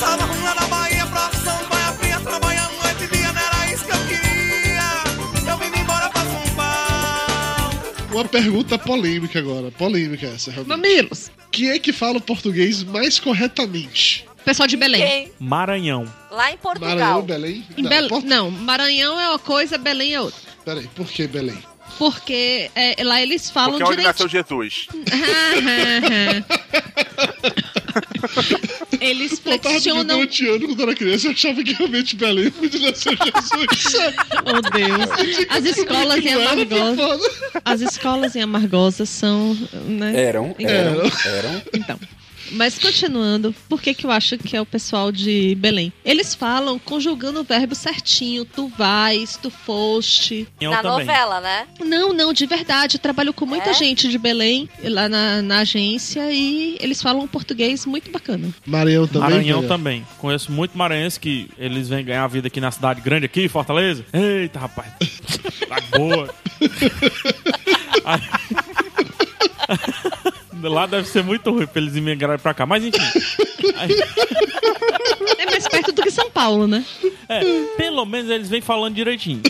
Speaker 18: Tava ruim lá na Bahia, profissão baia fria, trabalhando noite e dia, não era isso que eu queria. Eu vim embora pra São Paulo.
Speaker 2: Uma pergunta polêmica agora. Polêmica essa, realmente.
Speaker 3: [laughs] Mamilos!
Speaker 2: Quem é que fala o português mais corretamente?
Speaker 3: Pessoal de Belém.
Speaker 8: Maranhão.
Speaker 12: Lá em
Speaker 2: Maranhão,
Speaker 12: Portugal.
Speaker 2: Belém?
Speaker 3: Em Bel- Não, Maranhão é uma coisa, Belém é outra.
Speaker 2: Peraí, por que Belém?
Speaker 3: Porque é, lá eles falam
Speaker 4: Porque é onde
Speaker 3: direito.
Speaker 4: nasceu Jesus.
Speaker 3: [laughs] eles
Speaker 2: Eu tava
Speaker 3: flexionam.
Speaker 2: durante quando eu era criança, eu achava que realmente Belém é podia nascer
Speaker 3: [laughs]
Speaker 2: Jesus.
Speaker 3: Oh, [laughs] Deus. As escolas em Amargosa. As escolas em Amargosa são. Né?
Speaker 5: Eram, eram, eram.
Speaker 3: Então. Mas continuando, por que, que eu acho que é o pessoal de Belém? Eles falam conjugando o verbo certinho. Tu vais, tu foste.
Speaker 12: Na novela, né?
Speaker 3: Não, não, de verdade. Eu trabalho com muita
Speaker 12: É?
Speaker 3: gente de Belém lá na, na agência e eles falam um português muito bacana.
Speaker 2: Maranhão também.
Speaker 8: Maranhão
Speaker 2: velho?
Speaker 8: também. Conheço muito maranhense que eles vêm ganhar a vida aqui na cidade grande, aqui, Fortaleza. Eita, rapaz. [laughs] Tá boa. Aí- [laughs] Lá deve ser muito ruim pra eles imigrarem pra cá. Mas enfim.
Speaker 3: É mais perto do que São Paulo, né?
Speaker 8: É, pelo menos eles vêm falando direitinho.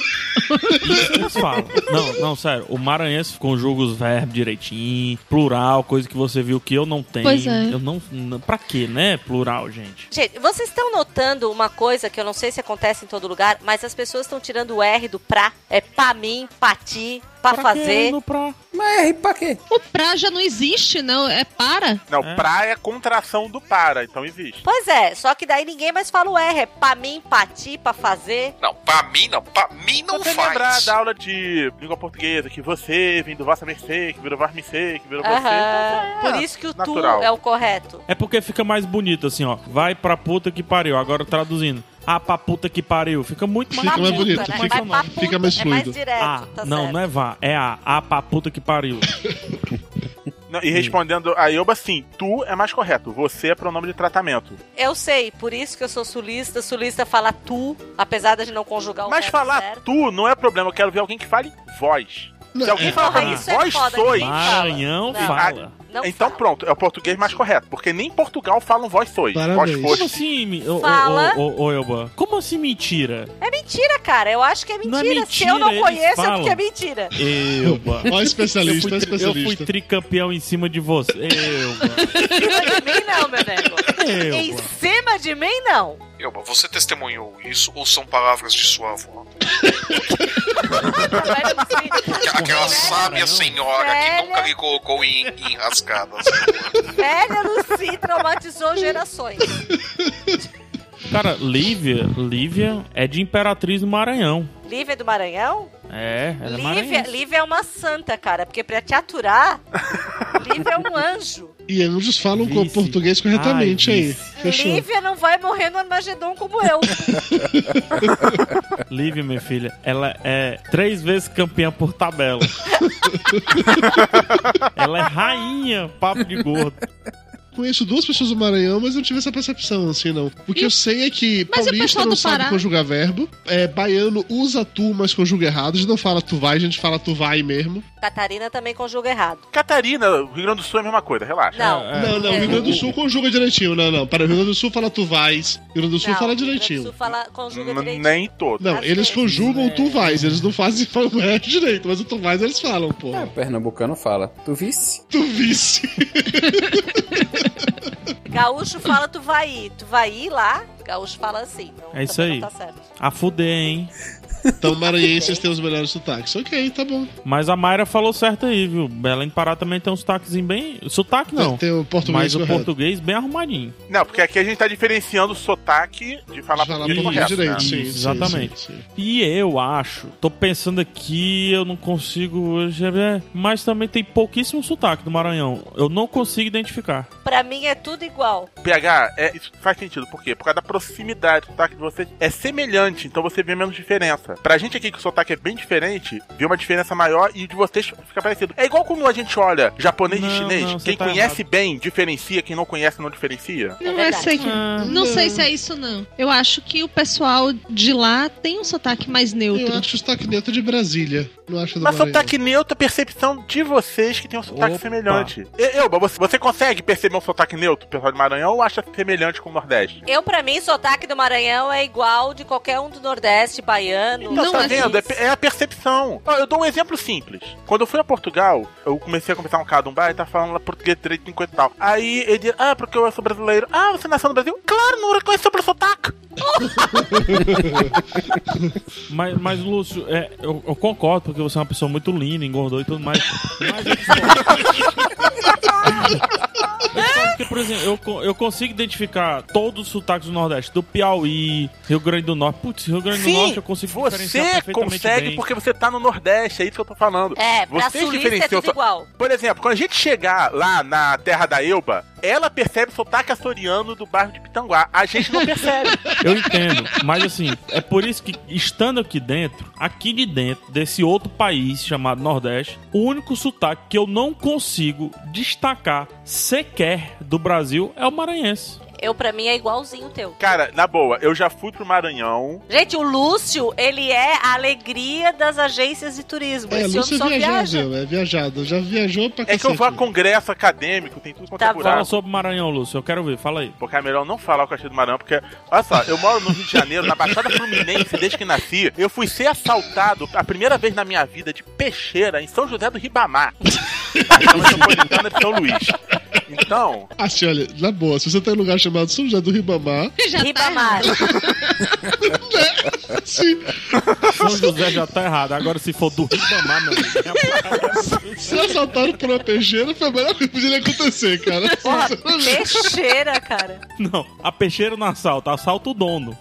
Speaker 8: Isso que eles falam. Não, não, sério. O maranhense conjuga os verbos direitinho, plural, coisa que você viu que eu não tenho.
Speaker 12: Pois é.
Speaker 8: Eu não. não- Pra quê, né? Plural, gente.
Speaker 12: Gente, vocês estão notando uma coisa que eu não sei se acontece em todo lugar, mas as pessoas estão tirando o R do pra. É pra mim, pra ti, pra,
Speaker 8: Pra quê
Speaker 12: fazer.
Speaker 8: no pra?
Speaker 5: Mas R pra quê?
Speaker 3: O pra já não existe, não. É para.
Speaker 4: Não, praia é contração do para, então existe.
Speaker 12: Pois é, só que daí ninguém mais fala o R. É pra mim, pra ti, pra fazer.
Speaker 6: Não, pra mim não. Pra mim não
Speaker 4: Você
Speaker 6: faz.
Speaker 4: lembrar da aula de língua portuguesa que você vem do Vossa Mercê, que virou Var Mercê, que virou você.
Speaker 12: Aham.
Speaker 4: então,
Speaker 12: Por isso que o
Speaker 4: natural.
Speaker 12: tu é o correto.
Speaker 8: É porque fica mais bonito assim, ó. Vai pra puta que pariu. Agora traduzindo. Ah, pra puta que pariu. Fica muito mais
Speaker 2: Fica mais
Speaker 12: né?
Speaker 2: bonito,
Speaker 8: mais
Speaker 2: fica-
Speaker 8: sonoro.
Speaker 2: fica mais É mais fluido.
Speaker 12: direto,
Speaker 8: Ah,
Speaker 12: tá
Speaker 8: não,
Speaker 12: certo.
Speaker 8: não é vá. É a. Ah, pra puta que pariu.
Speaker 4: Não, e respondendo a Yoba, sim, tu é mais correto. Você é pronome de tratamento.
Speaker 12: Eu sei, por isso que eu sou sulista. Sulista fala tu, apesar de não conjugar o
Speaker 4: Mas
Speaker 12: verbo
Speaker 4: falar
Speaker 12: Tá certo.
Speaker 4: tu não é problema. Eu quero ver alguém que fale voz. Se alguém
Speaker 12: é-
Speaker 4: falar pra
Speaker 12: Porra,
Speaker 4: mim,
Speaker 12: isso é
Speaker 4: vós
Speaker 12: foda,
Speaker 4: sois.
Speaker 12: ninguém fala. Maranhão Não. fala.
Speaker 4: Ah,
Speaker 12: Não
Speaker 4: então pronto, é o português mais correto. Porque nem em Portugal falam vós sois. Vós
Speaker 8: Como
Speaker 4: foste.
Speaker 8: assim, mi- ô, ô,
Speaker 12: Fala.
Speaker 8: ô, ô, ô, Elba? Como assim mentira?
Speaker 12: É mentira, cara. Eu acho que é mentira.
Speaker 8: Não é
Speaker 12: Se eu não
Speaker 8: mentira, eles
Speaker 12: conheço, é porque
Speaker 8: falam.
Speaker 12: é [laughs] mentira.
Speaker 8: Elba.
Speaker 2: Ó, especialista,
Speaker 8: eu fui,
Speaker 2: ó,
Speaker 8: tri- Eu
Speaker 2: especialista.
Speaker 8: fui tricampeão em cima de você.
Speaker 12: [laughs]
Speaker 8: Elba.
Speaker 12: Em é mim não, meu nego.
Speaker 8: Eba.
Speaker 12: Em cima de mim, não.
Speaker 6: Elba, você testemunhou isso ou são palavras de sua avó? Aquela, aquela sábia senhora que nunca lhe colocou em, em rascadas.
Speaker 12: Velha Lucy traumatizou gerações.
Speaker 8: Cara, Lívia, Lívia é de Imperatriz do Maranhão.
Speaker 12: Lívia do Maranhão?
Speaker 8: É, ela é
Speaker 12: Lívia,
Speaker 8: maranhense.
Speaker 12: Lívia é uma santa, cara. Porque pra te aturar, Lívia é um anjo.
Speaker 2: E anjos falam com um português corretamente
Speaker 8: Ai,
Speaker 2: aí. Fechou.
Speaker 12: Lívia não vai morrer no Armagedon como [laughs] eu.
Speaker 8: Lívia, minha filha, ela é três vezes campeã por
Speaker 2: [laughs]
Speaker 8: tabela. ela é rainha, papo de gordo.
Speaker 2: Conheço duas pessoas do Maranhão, mas não tive essa percepção, assim, não. O que eu sei é que
Speaker 3: Mas e o
Speaker 2: paulista
Speaker 3: pessoal
Speaker 2: não
Speaker 3: do
Speaker 2: sabe
Speaker 3: Pará?
Speaker 2: conjugar verbo, é, baiano usa tu, mas conjuga errado. A gente não fala tu vai, a gente fala tu vai mesmo.
Speaker 12: Catarina também conjuga errado.
Speaker 4: Catarina, o Rio Grande do Sul é a mesma coisa, relaxa.
Speaker 12: Não.
Speaker 8: É.
Speaker 2: Não, não, o Rio Grande do Sul conjuga direitinho, não, não. Para o Rio Grande do Sul fala tu vais, Rio Grande do Sul
Speaker 12: Não,
Speaker 2: fala
Speaker 12: Rio Grande do
Speaker 2: direitinho.
Speaker 12: Sul fala, conjuga direitinho.
Speaker 4: Nem todo.
Speaker 2: Não, eles conjugam o tu vais, eles não fazem [laughs] falam o resto direito, mas o tu vais eles falam, pô.
Speaker 5: É, Pernambucano fala. Tu visse?
Speaker 2: Tu visse.
Speaker 12: Gaúcho fala tu vai ir. Tu vai ir lá, gaúcho fala assim. Então,
Speaker 8: É isso
Speaker 12: também
Speaker 8: aí.
Speaker 12: Não tá certo.
Speaker 8: A fuder, hein?
Speaker 2: Então, maranhenses têm os melhores sotaques. Ok, tá bom.
Speaker 8: Mas a Mayra falou certo aí, viu? Belém do Pará também tem um sotaquezinho bem. Sotaque não.
Speaker 2: Tem o português
Speaker 8: Mas o
Speaker 2: correto.
Speaker 8: português bem arrumadinho.
Speaker 4: Não, porque aqui a gente tá diferenciando o sotaque de falar português correto. né?
Speaker 8: Isso, Ah, exatamente. E eu acho, tô pensando aqui, eu não consigo. é, Mas também tem pouquíssimo sotaque do Maranhão. Eu não consigo identificar.
Speaker 12: Pra mim é tudo igual.
Speaker 4: PH, é, isso faz sentido, por quê? Por causa da proximidade, o sotaque de vocês é semelhante, então você vê menos diferença. Pra gente aqui que o sotaque é bem diferente, vê uma diferença maior e o de vocês fica parecido. É igual quando a gente olha japonês
Speaker 8: Não,
Speaker 4: e chinês,
Speaker 8: não, você
Speaker 4: quem
Speaker 8: tá
Speaker 4: conhece bem diferencia, quem não conhece não
Speaker 12: É
Speaker 4: diferencia.
Speaker 3: Eu não sei, não sei se é isso, não. Eu acho que o pessoal de lá tem um sotaque mais
Speaker 2: Eu
Speaker 3: neutro.
Speaker 2: acho o sotaque neutro de Brasília. Não acho do
Speaker 4: Mas
Speaker 2: Maranhão.
Speaker 4: sotaque neutro é percepção de vocês que tem um sotaque
Speaker 2: Opa.
Speaker 4: semelhante. E- Elba, você, você consegue perceber um sotaque neutro, pessoal de Maranhão, ou acha semelhante com o Nordeste?
Speaker 12: Eu, pra mim, sotaque do Maranhão é igual de qualquer um do Nordeste, baiano.
Speaker 4: Então, tá vendo? É, pe- é a percepção. Ó, eu dou um exemplo simples. Quando eu fui a Portugal, eu comecei a conversar um cara de um bar e tava falando lá português direito enquanto e tal. Aí ele disse, ah, porque eu sou brasileiro. Ah, você nasceu no Brasil? Claro, não reconheceu pelo sotaque.
Speaker 8: Mas, mas Lúcio, é, eu, eu concordo, porque você é uma pessoa muito linda, engordou e tudo mais. Mas
Speaker 4: [laughs]
Speaker 8: eu discordo. Eu discordo É porque, por exemplo, eu, co- eu consigo identificar todos os sotaques do Nordeste, do Piauí, Rio Grande do Norte. Putz, Rio Grande do Norte eu consigo diferenciar
Speaker 4: você é
Speaker 8: perfeitamente
Speaker 4: consegue
Speaker 8: bem.
Speaker 4: porque você tá no Nordeste, é isso que eu tô falando.
Speaker 12: É, pra
Speaker 4: Vocês
Speaker 12: sulista é
Speaker 4: diferenciam
Speaker 12: tudo
Speaker 4: o so-
Speaker 12: igual.
Speaker 4: Por exemplo, quando a gente chegar lá na terra da Elba, ela percebe o sotaque açoriano do bairro de Pitanguá. A gente não
Speaker 12: [laughs]
Speaker 4: percebe.
Speaker 8: Eu entendo, mas assim, é por isso que estando aqui dentro, aqui de dentro desse outro país chamado Nordeste, o único sotaque que eu não consigo destacar sequer do Brasil é o maranhense.
Speaker 12: Eu, pra mim, é igualzinho o teu.
Speaker 4: Cara, na boa, eu já fui pro Maranhão.
Speaker 12: Gente, o Lúcio, ele é a alegria das agências de turismo.
Speaker 2: É,
Speaker 12: Esse homem
Speaker 2: Lúcio
Speaker 12: só
Speaker 2: é
Speaker 12: viaja.
Speaker 2: viajável, é viajado. Já viajou pra
Speaker 4: É que eu
Speaker 2: cacete.
Speaker 4: vou a congresso acadêmico, tem tudo quanto é
Speaker 12: Tá bom.
Speaker 4: buraco.
Speaker 8: Fala sobre Maranhão, Lúcio, eu quero ver, fala aí.
Speaker 4: Porque é melhor não falar o que eu achei do Maranhão, porque, olha só, eu moro no Rio de Janeiro, na Baixada Fluminense, desde que nasci. Eu fui ser assaltado a primeira vez na minha vida de peixeira em São José do Ribamar. [laughs] Região metropolitana de São Luís. Então,
Speaker 2: Assim, olha, na [laughs]
Speaker 3: [laughs]
Speaker 2: boa, se você tá em um lugar chamado São José do Ribamar,
Speaker 12: Ribamar.
Speaker 2: Sim.
Speaker 8: São José já tá errado. Agora, se for do Ribamar, meu amigo,
Speaker 2: Se assaltaram por uma peixeira, foi a melhor coisa que podia lhe acontecer, cara.
Speaker 12: [laughs] Porra,
Speaker 2: Sinceramente.
Speaker 12: peixeira, cara.
Speaker 8: Não, a peixeira não assalta, assalta o dono.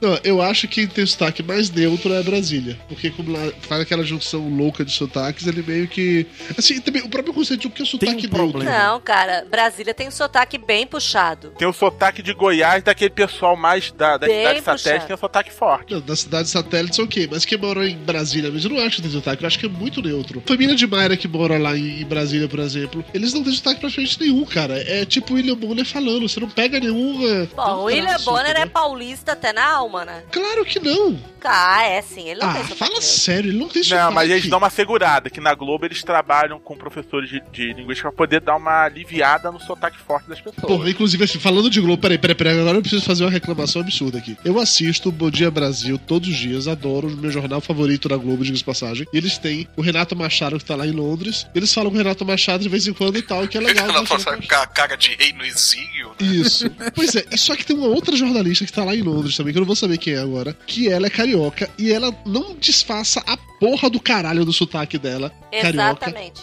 Speaker 2: Não, eu acho que tem o sotaque mais neutro é Brasília. Porque como lá faz aquela junção louca de sotaques, ele meio que. Assim, também o próprio conceito de o que é sotaque neutro.
Speaker 12: Não, cara, Brasília tem um sotaque bem puxado.
Speaker 4: Tem o sotaque de Goiás, daquele pessoal mais da, da
Speaker 12: Bem
Speaker 4: cidade
Speaker 12: puxado.
Speaker 4: satélite, tem o sotaque forte.
Speaker 2: Não, das cidades satélites, ok, mas quem morou em Brasília, mas eu não acho que tem sotaque, eu acho que é muito neutro. Família de Mayra que mora lá em em Brasília, por exemplo, eles não têm sotaque praticamente nenhum, cara. É tipo o William Bonner falando, você não pega nenhum. eh,
Speaker 12: Bom,
Speaker 2: nenhum
Speaker 12: o William
Speaker 2: traço,
Speaker 12: Bonner é
Speaker 4: né?
Speaker 2: entendeu?
Speaker 12: paulista até na alma, né?
Speaker 2: Claro que não.
Speaker 12: Ah, é sim, ele não tem sotaque.
Speaker 2: Fala sério, ele não tem
Speaker 4: Não, mas eles dão uma segurada, que na Globo eles trabalham com professores de, de linguística pra poder dar uma aliviada no sotaque forte das pessoas.
Speaker 2: Porra, inclusive, assim, falando de Globo, peraí, peraí, peraí, agora eu preciso fazer uma reclamação absurda aqui. Eu assisto Bom Dia Brasil todos os dias, adoro, meu jornal favorito da Globo, diga-se de passagem. E eles têm o Renato Machado, que tá lá em Londres. Eles falam com o Renato Machado de vez em quando e tal, que é legal.
Speaker 6: Ela
Speaker 2: mas-
Speaker 6: passa com a cara de rei no exílio.
Speaker 2: Isso. Pois é, é só que tem uma outra jornalista que tá lá em Londres também, que eu não vou saber quem é agora, que ela é carioca e ela não disfarça a porra do caralho do sotaque dela.
Speaker 12: Exatamente.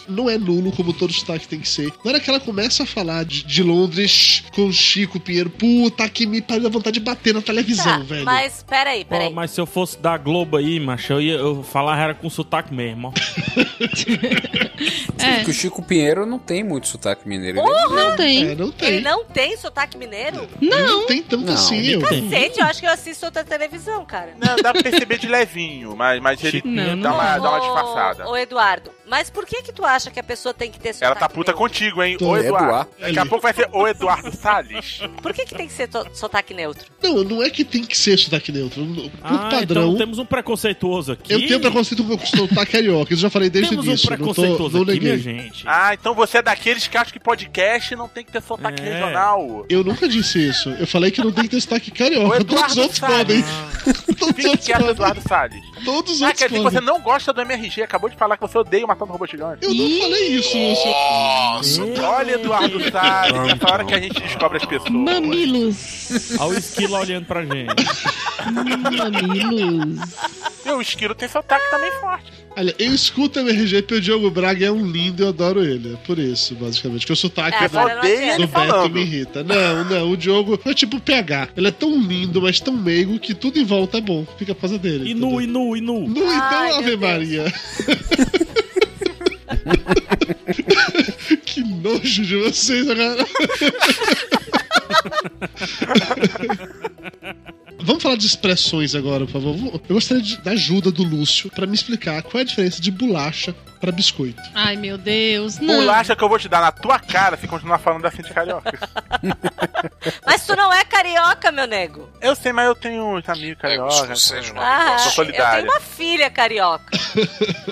Speaker 2: Carioca. Não é nulo como todo sotaque tem que ser. Na hora que ela começa a falar de, de Londres com Chico Pinheiro, puta que me pariu, dá vontade de bater na televisão,
Speaker 12: Tá,
Speaker 2: velho.
Speaker 12: mas peraí,
Speaker 8: Ó,
Speaker 12: peraí.
Speaker 8: mas se eu fosse da Globo aí, macho, eu ia eu falar era com
Speaker 2: [laughs]
Speaker 8: sotaque mesmo, ó.
Speaker 5: Sim, porque o Chico Pinheiro não tem muito sotaque mineiro. ele é-
Speaker 12: É. Porra!
Speaker 3: É. Não tem.
Speaker 12: Ele não tem sotaque mineiro?
Speaker 2: Não tem tanto
Speaker 5: Não, assim, ele eu- tem.
Speaker 12: Cacete, eu acho que eu assisto outra televisão, cara.
Speaker 4: Não, dá pra perceber de levinho, mas, mas ele
Speaker 8: Não,
Speaker 4: dá,
Speaker 8: não.
Speaker 4: uma, dá uma disfarçada.
Speaker 12: Ô, ô, Eduardo, mas por que que tu acha que a pessoa tem que ter sotaque?
Speaker 4: Ela tá puta contigo, hein?
Speaker 5: Tô.
Speaker 4: Ô, Eduardo.
Speaker 5: Eduardo.
Speaker 4: Daqui a pouco vai ser o Eduardo Salles.
Speaker 12: Por que que tem que ser to- sotaque neutro?
Speaker 2: Não, não é que tem que ser sotaque neutro. Por
Speaker 8: Ah,
Speaker 2: padrão.
Speaker 8: então temos um preconceituoso aqui.
Speaker 2: Eu tenho preconceito com o sotaque carioca, isso eu já falei desde o
Speaker 8: Temos um
Speaker 2: início. não tô-
Speaker 8: preconceituoso
Speaker 2: não
Speaker 8: aqui,
Speaker 2: neguei.
Speaker 8: minha gente.
Speaker 4: Ah, então você é daqueles que acham que podcast não tem que ter sotaque regional.
Speaker 2: Eu nunca disse isso. Eu falei que não tem que ter sotaque carioca. Todos os outros podem. [laughs] Todos os
Speaker 4: Fique
Speaker 2: outros
Speaker 4: quieto,
Speaker 2: podem.
Speaker 4: Eduardo Salles.
Speaker 2: Todos os
Speaker 4: ah,
Speaker 2: outros
Speaker 4: quer dizer
Speaker 12: tipo,
Speaker 4: que
Speaker 2: podem.
Speaker 4: você não gosta do MRG, acabou de falar que você odeia o Matando Robô Gigante.
Speaker 2: Eu não falei isso, meu senhor.
Speaker 8: É.
Speaker 4: Olha, Eduardo Salles, nessa hora que a gente descobre as pessoas.
Speaker 8: Mamilos. Olha o esquilo olhando pra
Speaker 2: [laughs]
Speaker 8: gente.
Speaker 3: Mamilos.
Speaker 4: Meu, o Esquilo tem sotaque também forte.
Speaker 2: Olha, eu escuto MRG porque o Diogo Braga é um lindo, eu adoro ele. É por isso, basicamente. Porque o sotaque
Speaker 4: É,
Speaker 2: do,
Speaker 4: agora não adianta.
Speaker 2: do
Speaker 4: Ele
Speaker 2: Beto
Speaker 4: falando.
Speaker 2: me irrita. Não, não, o Diogo é tipo o PH. Ele é tão lindo, mas tão meigo que tudo em volta é bom. Fica por causa dele. entendeu?
Speaker 8: Inu, inu, inu.
Speaker 2: Nu, então,
Speaker 8: Ai,
Speaker 2: Ave
Speaker 8: meu Deus.
Speaker 2: Maria. [laughs] que nojo de vocês, cara. [laughs] Vamos falar de expressões agora, por favor. Vou- Eu gostaria de, da ajuda do Lúcio pra me explicar qual é a diferença de bolacha pra biscoito.
Speaker 3: Ai, meu Deus, não.
Speaker 4: Bolacha que eu vou te dar na tua cara se continuar falando da de carioca.
Speaker 12: Mas tu não é carioca, meu nego.
Speaker 4: Eu sei, mas eu tenho uns amigos carioca.
Speaker 12: Ah,
Speaker 4: sou
Speaker 12: eu tenho
Speaker 4: solidário.
Speaker 12: uma filha
Speaker 2: [laughs]
Speaker 12: carioca.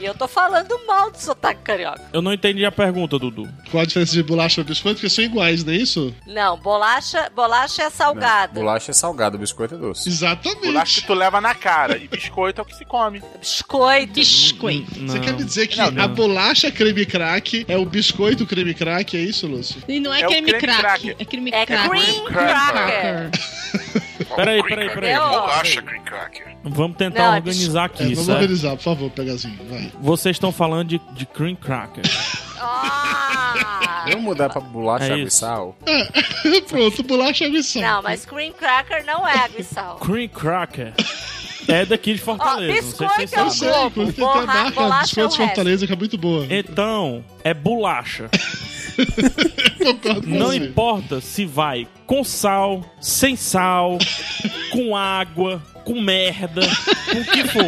Speaker 12: e eu tô falando mal do sotaque carioca.
Speaker 8: Eu não entendi a pergunta, Dudu.
Speaker 2: Qual é a diferença de bolacha pra biscoito? Porque são iguais, não é isso?
Speaker 12: Não, bolacha, bolacha é salgada.
Speaker 5: Bolacha é salgada, biscoito é doce.
Speaker 2: Exatamente.
Speaker 4: Bolacha que tu leva na cara. E biscoito é o que se come.
Speaker 12: Biscoito.
Speaker 3: Biscoito.
Speaker 2: Você quer me dizer que
Speaker 4: Não, não.
Speaker 2: a bolacha creme crack é o biscoito creme crack, é isso, Lúcio?
Speaker 3: E não é,
Speaker 4: É o
Speaker 3: creme
Speaker 4: creme
Speaker 3: crack,
Speaker 4: cracker.
Speaker 3: é creme
Speaker 12: É
Speaker 3: cracker.
Speaker 12: cream cracker.
Speaker 8: Peraí, peraí, peraí.
Speaker 6: Bolacha, Green Cracker.
Speaker 8: Vamos tentar
Speaker 12: Não, é
Speaker 8: organizar
Speaker 2: É,
Speaker 8: aqui,
Speaker 2: vamos
Speaker 8: certo?
Speaker 2: organizar, por favor, Pegazinho. Vai.
Speaker 8: Vocês estão falando de, de cream cracker.
Speaker 12: Ah!
Speaker 5: Vamos mudar pra bolacha
Speaker 8: É
Speaker 5: água e
Speaker 8: isso.
Speaker 5: sal?
Speaker 2: É, Pronto, bolacha água e sal.
Speaker 12: Não, mas cream cracker não é água e sal.
Speaker 8: Cream cracker é daqui de
Speaker 12: Ó,
Speaker 8: Fortaleza. não sei se vocês
Speaker 12: biscoito é o
Speaker 8: sabem.
Speaker 2: Tem
Speaker 12: globo.
Speaker 2: até a
Speaker 12: borra-
Speaker 2: marca
Speaker 12: Bolacha é o
Speaker 2: Biscoitos
Speaker 12: resto.
Speaker 2: Fortaleza, que é muito boa.
Speaker 8: Então, é bolacha. Não importa se vai com sal, sem sal, com água, com merda, com o que for.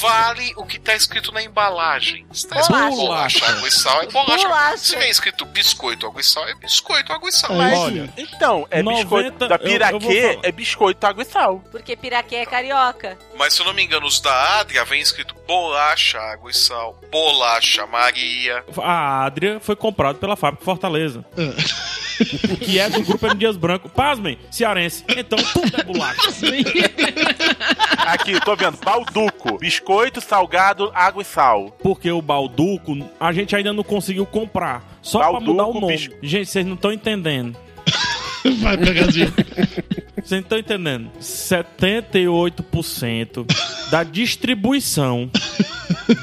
Speaker 6: Vale o que tá escrito na embalagem. Se tá
Speaker 8: Bolacha.
Speaker 6: escrito bolacha, água e sal, é bolacha.
Speaker 12: Bolacha.
Speaker 6: Se vem escrito biscoito, água e sal, é biscoito, água e sal.
Speaker 4: É,
Speaker 8: Mas, Olha,
Speaker 4: Então, é
Speaker 8: 90
Speaker 4: biscoito da
Speaker 8: eu- eu vou
Speaker 4: piraquê,
Speaker 8: falar.
Speaker 4: é biscoito, água e sal.
Speaker 12: Porque piraquê é carioca.
Speaker 6: Mas se eu não me engano, os da Adria vem escrito bolacha, água e sal, bolacha Maria.
Speaker 8: a Adria foi comprada pela Fábrica Fortaleza.
Speaker 12: Ah.
Speaker 8: que é do grupo M. Dias Branco. Pasmem, cearense. Então, tudo é bolacha.
Speaker 4: Aqui, tô vendo, balduco, biscoito, salgado, água e sal.
Speaker 8: Porque o Balduco, a gente ainda não conseguiu comprar. Só pra
Speaker 4: Balduco,
Speaker 8: mudar o nome.
Speaker 4: bicho.
Speaker 8: Gente, vocês não estão entendendo.
Speaker 2: Vai, pegadinha.
Speaker 8: Vocês não estão entendendo? 78% da distribuição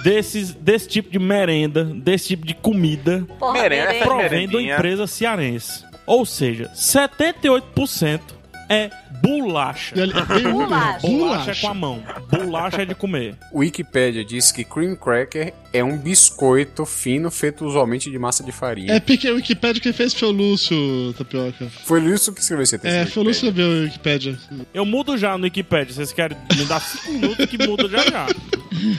Speaker 8: desses, desse tipo de merenda, desse tipo de comida,
Speaker 12: Porra, Merenda, merenda.
Speaker 8: provém da
Speaker 12: merendinha.
Speaker 8: empresa cearense. Ou seja, 78% é
Speaker 12: [laughs]
Speaker 8: bolacha.
Speaker 5: tem um- Bolacha.
Speaker 8: Bolacha é com a mão. Bolacha é de comer.
Speaker 5: Wikipédia diz que cream cracker é um biscoito fino feito usualmente de massa de farinha.
Speaker 2: É porque o Wikipedia quem fez foi o Lúcio, Tapioca.
Speaker 5: Foi isso que escreveu esse texto.
Speaker 2: É, foi o Lúcio que escreveu o Wikipedia.
Speaker 8: Eu mudo já no Wikipedia. Vocês querem me dar 5 minutos que muda já já.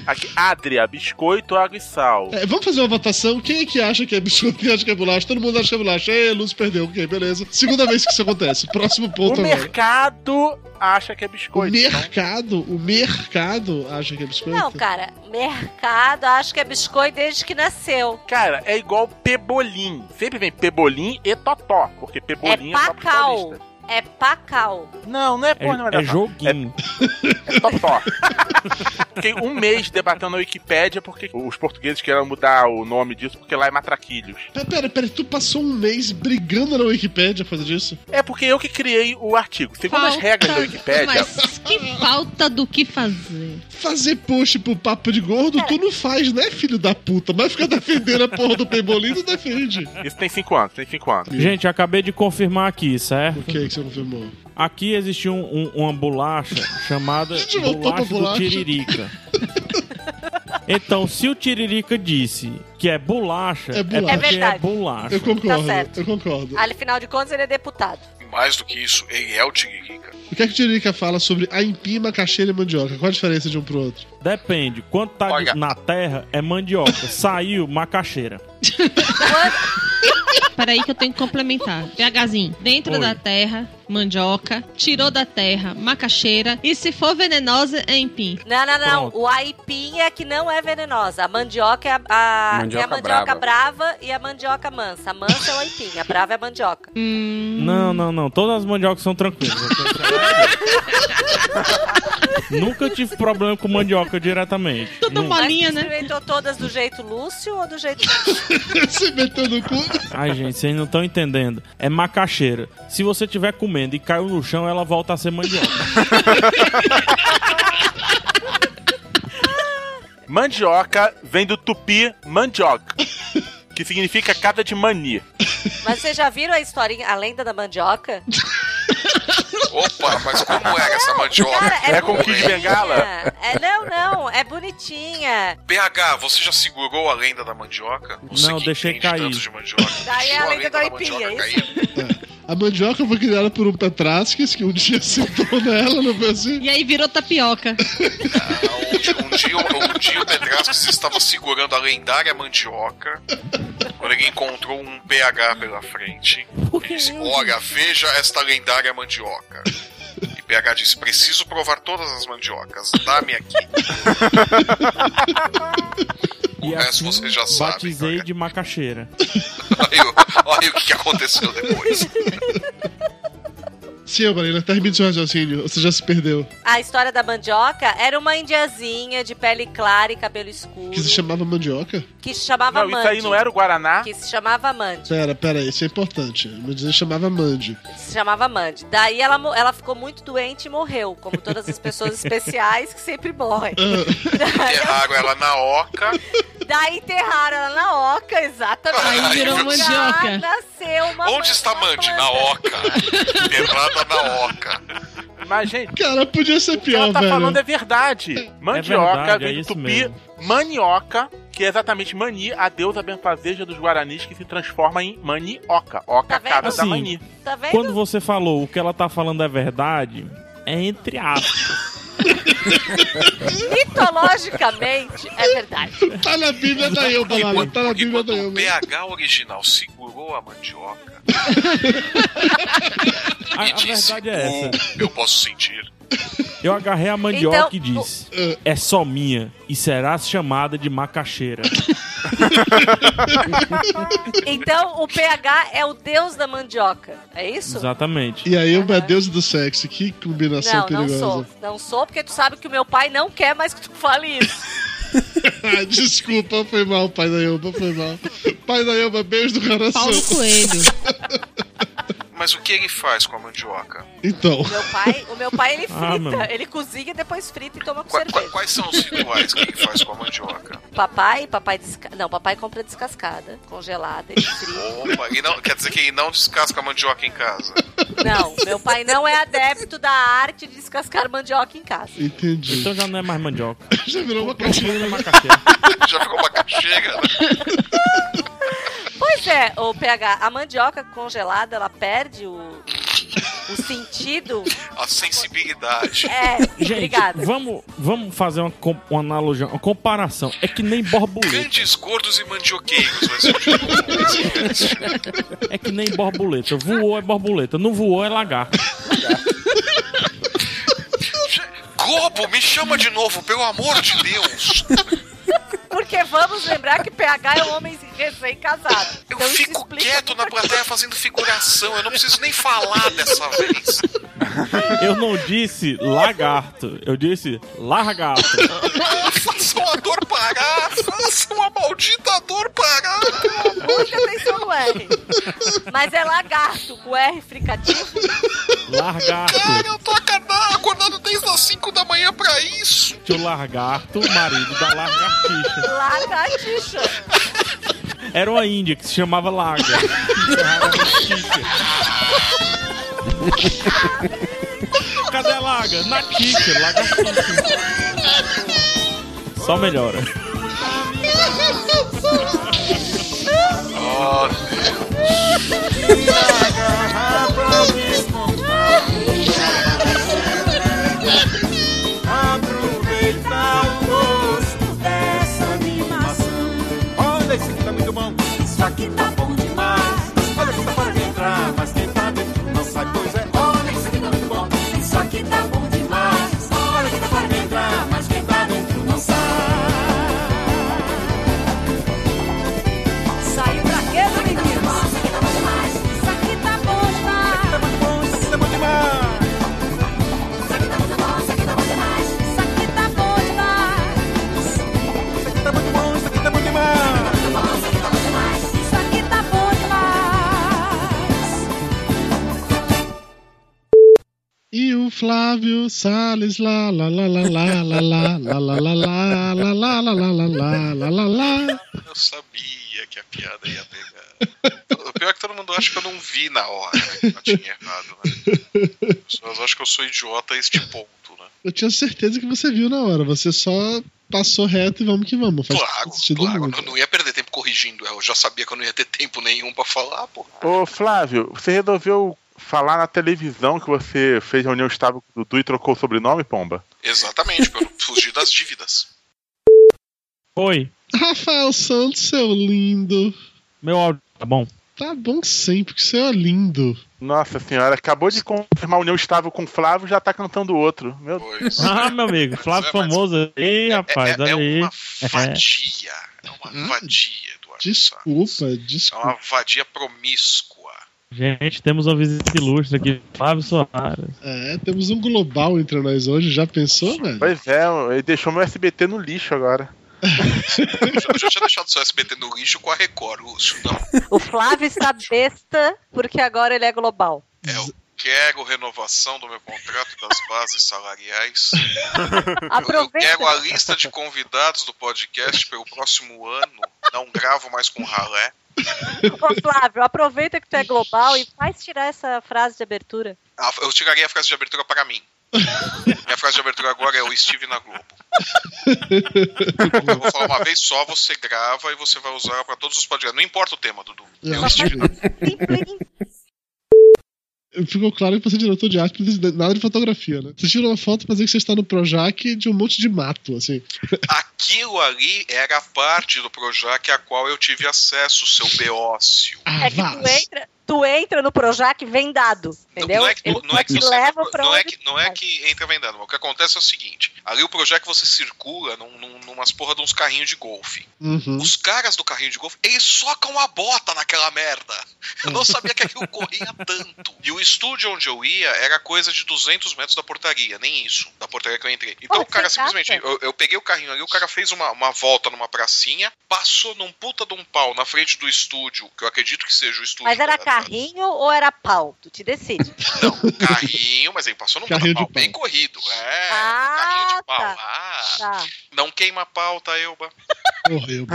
Speaker 4: Aqui, Adria, biscoito, água e sal.
Speaker 2: É, vamos fazer uma votação. Quem é que acha que é biscoito? Quem acha que é bolacha? Todo mundo acha que é bolacha. Ei, Lúcio perdeu. Ok, beleza. Segunda vez que isso acontece. Próximo ponto
Speaker 4: O
Speaker 2: agora.
Speaker 4: mercado acha que é biscoito.
Speaker 2: O mercado, o mercado acha que é biscoito?
Speaker 12: Não, cara, mercado, acho que é biscoito desde que nasceu.
Speaker 4: Cara, é igual pebolim. Sempre vem pebolim e totó, porque
Speaker 12: É
Speaker 4: pebolim é, só pros
Speaker 12: pacal.
Speaker 4: paulistas.
Speaker 12: É pacal.
Speaker 4: Não, não é porra, não é nada.
Speaker 8: joguinho.
Speaker 4: É totó. Fiquei um mês debatendo na Wikipédia porque os portugueses queriam mudar o nome disso porque lá é matraquilhos.
Speaker 2: Pera, pera, pera, tu passou um mês brigando na Wikipédia por causa disso?
Speaker 4: É porque eu que criei o artigo. Segundo as
Speaker 3: [laughs]
Speaker 4: regras da Wikipédia,
Speaker 3: Mas que falta do que fazer.
Speaker 2: Fazer post pro papo de gordo, tu não faz, né, filho da puta? Mas ficar defendendo a porra do pebolim, tu defende.
Speaker 4: isso tem 5 anos, tem 5 anos.
Speaker 8: Gente, eu acabei de confirmar aqui, certo? O
Speaker 2: que que você confirmou?
Speaker 8: Aqui existia um, um- uma bolacha chamada
Speaker 2: gente voltou pra
Speaker 8: bolacha do
Speaker 2: bolacha.
Speaker 8: Tiririca. Então, se o Tiririca disse que é bolacha,
Speaker 2: É
Speaker 8: é,
Speaker 2: bolacha. É
Speaker 8: porque
Speaker 12: verdade.
Speaker 8: é bolacha.
Speaker 2: Eu concordo,
Speaker 12: Tá certo.
Speaker 2: eu concordo.
Speaker 12: Ali, afinal de contas, ele é deputado.
Speaker 6: Mais do que isso, ele é o Tiririca.
Speaker 2: O que é que o Tiririca fala sobre aipim, macaxeira e mandioca? Qual a diferença de um pro outro? [laughs]
Speaker 8: Depende. Quanto tá de- na terra, é mandioca. Saiu, macaxeira.
Speaker 3: Peraí que eu tenho que complementar. PHzinho, dentro
Speaker 8: Oi.
Speaker 3: da terra, mandioca, tirou da terra, macaxeira, e se for venenosa, é empim.
Speaker 12: Não, não, não.
Speaker 3: Pronto.
Speaker 12: O aipim é que não é venenosa. A mandioca é a, a-
Speaker 8: Mandioca
Speaker 12: é a mandioca
Speaker 8: brava.
Speaker 12: brava e a mandioca mansa. A mansa é o aipim, a brava é a mandioca.
Speaker 8: Não, não, não. Todas as mandiocas são tranquilas. Nunca tive problema com mandioca diretamente. Hum. Nunca.
Speaker 12: molinha, né? experimentou todas do jeito Lúcio ou do jeito...
Speaker 2: Você meteu no cu?
Speaker 8: Ai, gente, vocês não estão entendendo. É macaxeira. Se você tiver comendo e caiu no chão, ela volta a ser mandioca.
Speaker 4: Mandioca vem do tupi mandioca, que significa casa de mani.
Speaker 12: Mas vocês já viram a historinha, a lenda da mandioca?
Speaker 6: Opa, mas como era essa mandioca?
Speaker 4: é com Kid Bengala?
Speaker 12: É, não, não, é bonitinha.
Speaker 6: PH, você já segurou a lenda da mandioca? Você
Speaker 8: Não,
Speaker 6: que
Speaker 8: deixei
Speaker 6: entende
Speaker 8: cair.
Speaker 6: tanto de mandioca.
Speaker 12: Daí é a
Speaker 6: Sua
Speaker 12: lenda da
Speaker 6: mandioca
Speaker 12: aipinha, é isso?
Speaker 2: A mandioca foi criada por um Petrasques que um dia [laughs] sentou nela, não foi assim?
Speaker 3: E aí virou tapioca.
Speaker 6: Um dia, um dia o Petrasques estava segurando a lendária mandioca quando ele encontrou um PH pela frente. Ele disse: Olha, veja esta lendária mandioca. E PH disse: Preciso provar todas as mandiocas, dá-me aqui.
Speaker 8: E
Speaker 6: resto você já sabe,
Speaker 8: batizei de macaxeira.
Speaker 6: Olha, o- olha o que aconteceu depois.
Speaker 2: Sim, Marina, termine seu raciocínio, você já se perdeu.
Speaker 12: A história da mandioca era uma indiazinha de pele clara e cabelo escuro
Speaker 2: Que se chamava mandioca?
Speaker 12: que se chamava
Speaker 4: Não, isso
Speaker 12: Mandy.
Speaker 4: aí não era o Guaraná?
Speaker 12: Que se chamava Mandy.
Speaker 2: Pera, pera, isso é importante. Meu dizer chamava Mandy.
Speaker 12: Que se chamava Mandy. Daí ela, mo- ela ficou muito doente e morreu, como todas as pessoas especiais que sempre morrem.
Speaker 2: Ah.
Speaker 6: Enterraram ela na oca.
Speaker 12: Daí enterraram ela na oca, exatamente.
Speaker 6: Aí virou
Speaker 12: Já
Speaker 6: mandioca.
Speaker 12: nasceu uma
Speaker 6: Onde está Mandy? Na oca. Enterrada na oca.
Speaker 4: Mas, gente,
Speaker 2: [laughs] Cara, podia ser
Speaker 4: que
Speaker 2: pior,
Speaker 4: ela tá
Speaker 2: velho.
Speaker 4: falando é verdade. Mandioca
Speaker 8: verdade, é
Speaker 4: vem do
Speaker 8: isso
Speaker 4: tupi
Speaker 8: mesmo.
Speaker 4: manioca, que é exatamente mani, a deusa benfazeja dos guaranis que se transforma em manioca.
Speaker 18: Tá
Speaker 4: Oca, casa da
Speaker 8: Assim,
Speaker 4: mani.
Speaker 12: Tá
Speaker 8: quando você falou o que ela tá falando é verdade, é
Speaker 6: [laughs]
Speaker 8: entre aspas.
Speaker 12: Mitologicamente, é verdade.
Speaker 2: Tá na Bíblia da eu, Marina, tá na Bíblia da
Speaker 6: O
Speaker 2: eu.
Speaker 6: PH original segurou a mandioca.
Speaker 8: A, a verdade é essa.
Speaker 6: Eu posso sentir.
Speaker 8: Eu agarrei a mandioca
Speaker 6: Então,
Speaker 8: e disse: É só minha e será chamada de macaxeira.
Speaker 12: Então, o PH é o deus da mandioca, é [laughs] isso?
Speaker 8: Exatamente.
Speaker 2: E aí, eu é deusa do sexo, que combinação
Speaker 12: Não, não
Speaker 2: perigosa.
Speaker 12: sou. Não sou, porque tu sabe que o meu pai não quer mais que tu fale isso.
Speaker 2: Ah, Desculpa, foi mal, pai da Yoba, foi mal. Pai da Yoba, beijo do coração.
Speaker 3: Paulo Coelho.
Speaker 6: Mas o que ele faz com a mandioca?
Speaker 2: Então.
Speaker 12: Meu pai, o meu pai, ele
Speaker 6: Ah,
Speaker 12: frita.
Speaker 6: mano.
Speaker 12: ele cozinha e depois frita e toma com
Speaker 6: Qua-
Speaker 12: cerveja.
Speaker 6: qua- quais são os rituais que ele faz com a mandioca?
Speaker 12: Papai, papai desca... Não, papai compra descascada, congelada, ele frita.
Speaker 6: Opa, ele não, quer dizer que ele não descasca a mandioca em casa.
Speaker 12: Não, meu pai não é adepto da arte de descascar mandioca em casa.
Speaker 2: Entendi.
Speaker 8: Então já não é mais mandioca.
Speaker 6: [laughs]
Speaker 2: Já virou uma
Speaker 8: macaxeira.
Speaker 12: [laughs]
Speaker 6: Já ficou né? macaxeira,
Speaker 12: Pois é, o PH, a mandioca congelada, ela perde o, o sentido.
Speaker 6: A sensibilidade.
Speaker 12: É,
Speaker 8: Gente,
Speaker 12: obrigada.
Speaker 8: Vamos, vamos fazer uma, com- uma analogia, uma comparação. É que nem borboleta.
Speaker 6: Grandes gordos e mandioqueiros vai ser o título do podcast.
Speaker 8: É que nem borboleta. Voou é borboleta, não voou é lagarto.
Speaker 6: Globo, me chama de novo, pelo amor de Deus.
Speaker 12: Porque vamos lembrar que PH é Então, um homem recém-casado.
Speaker 6: Eu fico quieto na plateia fazendo figuração, eu não preciso nem falar dessa vez.
Speaker 8: Eu não disse lagarto, eu disse largato.
Speaker 6: Faça uma dor parar, faça uma maldita dor parar.
Speaker 12: Muita atenção no R. Mas é lagarto, com R tipo fricativo.
Speaker 8: Largato.
Speaker 6: Eu tô acordando, acordando desde as 5 da manhã pra isso.
Speaker 8: Tio Largato, marido da lagartixa.
Speaker 12: Lagartixa.
Speaker 8: Era uma índia que se chamava Larga. Cadê a Laga? Na Tixa, lagartixa. Só melhora.
Speaker 6: Oh,
Speaker 18: Aproveitar o gosto dessa animação. Olha, isso aqui tá muito bom. Isso aqui tá bom demais. Olha, isso tá para de entrar, mas quem tá dentro não sai, pois é. Olha, isso aqui tá muito bom. Isso aqui tá bom demais. Olha, isso tá para de entrar, mas quem tá dentro não sai.
Speaker 16: Saiu pra quê, meninos? Isso aqui tá bom demais. Isso aqui tá bom demais. Isso aqui tá muito bom. Isso aqui tá bom demais. Isso aqui tá muito bom. Isso aqui tá bom demais. Isso aqui tá bom demais. Isso aqui tá muito bom. Isso aqui tá bom demais. Isso aqui tá bom demais. Isso aqui tá bom demais.
Speaker 2: E o Flávio Salles lá lá lá lá lá lá lá lá lá lá lá lá lá lá lá lá lá lá lá
Speaker 6: Eu sabia que a piada ia pegar. O pior é que todo mundo acha que eu não vi na hora, né? que eu tinha errado, né? As pessoas acham que eu sou idiota a este ponto, né?
Speaker 2: Eu tinha certeza que você viu na hora, você só passou reto e vamos que vamos. Faz
Speaker 6: Claro,
Speaker 2: sentido
Speaker 6: claro.
Speaker 2: muito.
Speaker 6: Eu não ia perder tempo corrigindo, eu já sabia que eu não ia ter tempo nenhum pra falar, pô.
Speaker 18: é.
Speaker 4: Ô, Flávio, você resolveu falar na televisão que você fez reunião estável com o Dudu e trocou o sobrenome, pomba?
Speaker 6: Exatamente, pra eu não fugir das dívidas.
Speaker 8: Oi,
Speaker 2: Rafael Santos, seu lindo.
Speaker 8: meu áudio tá [laughs] bom?
Speaker 2: Tá bom sempre, que você é lindo.
Speaker 4: Nossa senhora, acabou de confirmar a união estável com o Flávio já tá cantando outro. Meu
Speaker 6: Deus.
Speaker 8: Ah, meu amigo, Flávio famoso
Speaker 6: É,
Speaker 8: aí, rapaz, olha aí.
Speaker 6: Vadia. É uma vadia, Eduardo.
Speaker 2: Hum? Desculpa,
Speaker 6: É
Speaker 2: desculpa.
Speaker 6: uma vadia promíscua.
Speaker 8: Gente, temos uma visita ilustre aqui, Flávio Soares.
Speaker 2: É, temos um global entre nós hoje, já pensou, velho?
Speaker 4: Pois é, ele deixou meu SBT no lixo agora.
Speaker 6: Eu já- eu já tinha deixado seu SBT no lixo com a Record, Lúcio. Não
Speaker 12: O Flávio está besta porque agora ele é global.
Speaker 6: quero renovação do meu contrato das bases salariais. Eu, eu
Speaker 12: Aproveita.
Speaker 6: quero a lista de convidados do podcast pelo próximo ano. Não gravo mais com ralé.
Speaker 12: Ô, Flávio, aproveita que tu é global e faz tirar essa frase de abertura.
Speaker 6: Ah, Eu tiraria a frase de abertura para mim. Minha frase de abertura agora é eu estive na Globo. Eu vou falar uma vez só, você grava e você vai usar para todos os podcasts. Não importa o tema, Dudu. Eu estive na
Speaker 2: Ficou claro que você é diretor de arte, mas nada de fotografia, né? Você tirou uma foto pra dizer que você está no Projac de um monte de mato, assim.
Speaker 12: É
Speaker 6: Aquilo ali era a parte do Projac a qual eu tive acesso, seu beócio.
Speaker 2: Ah,
Speaker 12: é que tu entra, tu entra no Projac vendado, entendeu?
Speaker 6: Não é que,
Speaker 12: Ele
Speaker 6: não é que
Speaker 12: te
Speaker 6: você
Speaker 12: leva pra
Speaker 6: não
Speaker 12: onde
Speaker 6: é que, não é que entra vendendo. mas O que acontece é o seguinte: ali o projeto que você circula num, num, num umas porra de uns carrinhos de golfe.
Speaker 2: Uhum.
Speaker 6: Os caras do carrinho de golfe, eles socam a bota naquela merda. [laughs] Eu não sabia que aquilo corria tanto. E o estúdio onde eu ia era coisa de 200 metros da portaria, nem isso, da portaria que eu entrei. Então
Speaker 12: Olha,
Speaker 6: o cara
Speaker 12: que graça.
Speaker 6: simplesmente, eu, eu peguei o carrinho ali, o cara fez uma, uma volta numa pracinha, passou num puta de um pau na frente do estúdio, que eu acredito que seja o estúdio.
Speaker 12: Mas era
Speaker 6: da-
Speaker 12: carrinho ou era pau? Tu te decide.
Speaker 6: Carrinho, mas ele passou num
Speaker 2: Carrinho
Speaker 6: pau
Speaker 2: de pau.
Speaker 6: bem corrido. É,
Speaker 12: Ah,
Speaker 6: carrinho de pau.
Speaker 12: tá.
Speaker 6: Ah,
Speaker 12: Tá.
Speaker 6: não queima a pauta, Elba.
Speaker 12: [laughs]
Speaker 2: Morreu.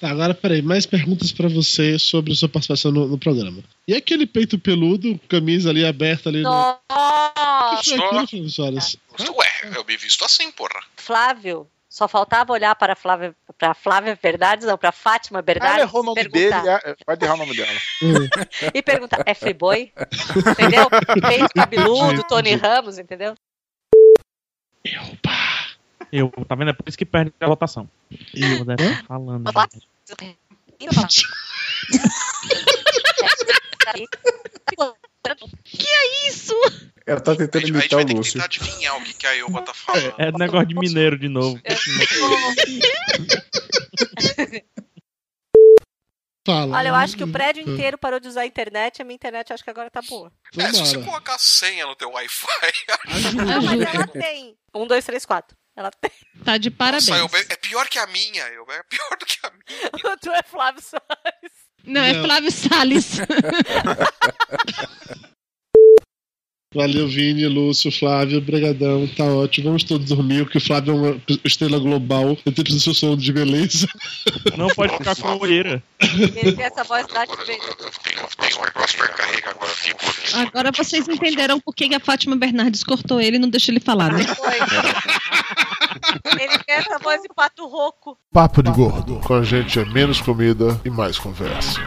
Speaker 2: Tá, agora peraí, mais perguntas pra você sobre a sua participação no, no programa. E aquele peito peludo, camisa ali aberta ali no. O que foi aquilo,
Speaker 12: Nossa!
Speaker 2: Flávio Soares?
Speaker 6: Ué, eu me visto assim, porra.
Speaker 12: Flávio, só faltava olhar para Flávia, para Flávia Verdades, não, para Fátima Verdades.
Speaker 4: Ela Ah, errou o nome dele,
Speaker 12: perguntar.
Speaker 4: é- pode errar o nome dela.
Speaker 12: E perguntar, é Friboi?
Speaker 4: [laughs]
Speaker 12: entendeu? Peito cabeludo,
Speaker 8: Entendi.
Speaker 12: Tony Ramos, entendeu?
Speaker 8: Eu, tá vendo? É por isso que perde a votação. Eu, né, tá falando.
Speaker 12: Olá.
Speaker 8: gente.
Speaker 3: Que é isso?
Speaker 20: Ela tá tentando imitar o Lúcio.
Speaker 6: Adivinhar o que, que a Elba tá falando.
Speaker 8: É, é negócio de mineiro de novo.
Speaker 2: Fala.
Speaker 12: Olha, eu acho que o prédio inteiro parou de usar a internet, a minha internet acho que agora tá boa.
Speaker 6: É, se você
Speaker 2: Tomara.
Speaker 6: colocar senha no teu Wi-Fi. [laughs]
Speaker 12: Não, mas ela tem. Um, dois, três, quatro. [laughs] Ela tem.
Speaker 3: Tá de parabéns.
Speaker 6: Nossa, Elba, é pior que a minha, Elba. É pior do que a minha.
Speaker 12: O tu é Flávio Soares.
Speaker 3: Não, é Flávio Salles.
Speaker 2: Valeu, Vini, Lúcio, Flávio, obrigadão, tá ótimo. Vamos todos dormir, porque o Flávio é uma estrela global, ele precisa do seu sono de beleza.
Speaker 8: Não pode ficar com a olheira.
Speaker 12: Ele essa voz lá de
Speaker 3: Agora vocês entenderam por que que a Fátima Bernardes cortou ele e não deixou ele falar, né?
Speaker 12: Ele tem essa voz de pato rouco.
Speaker 21: Papo de Gordo. Com a gente é menos comida e mais conversa.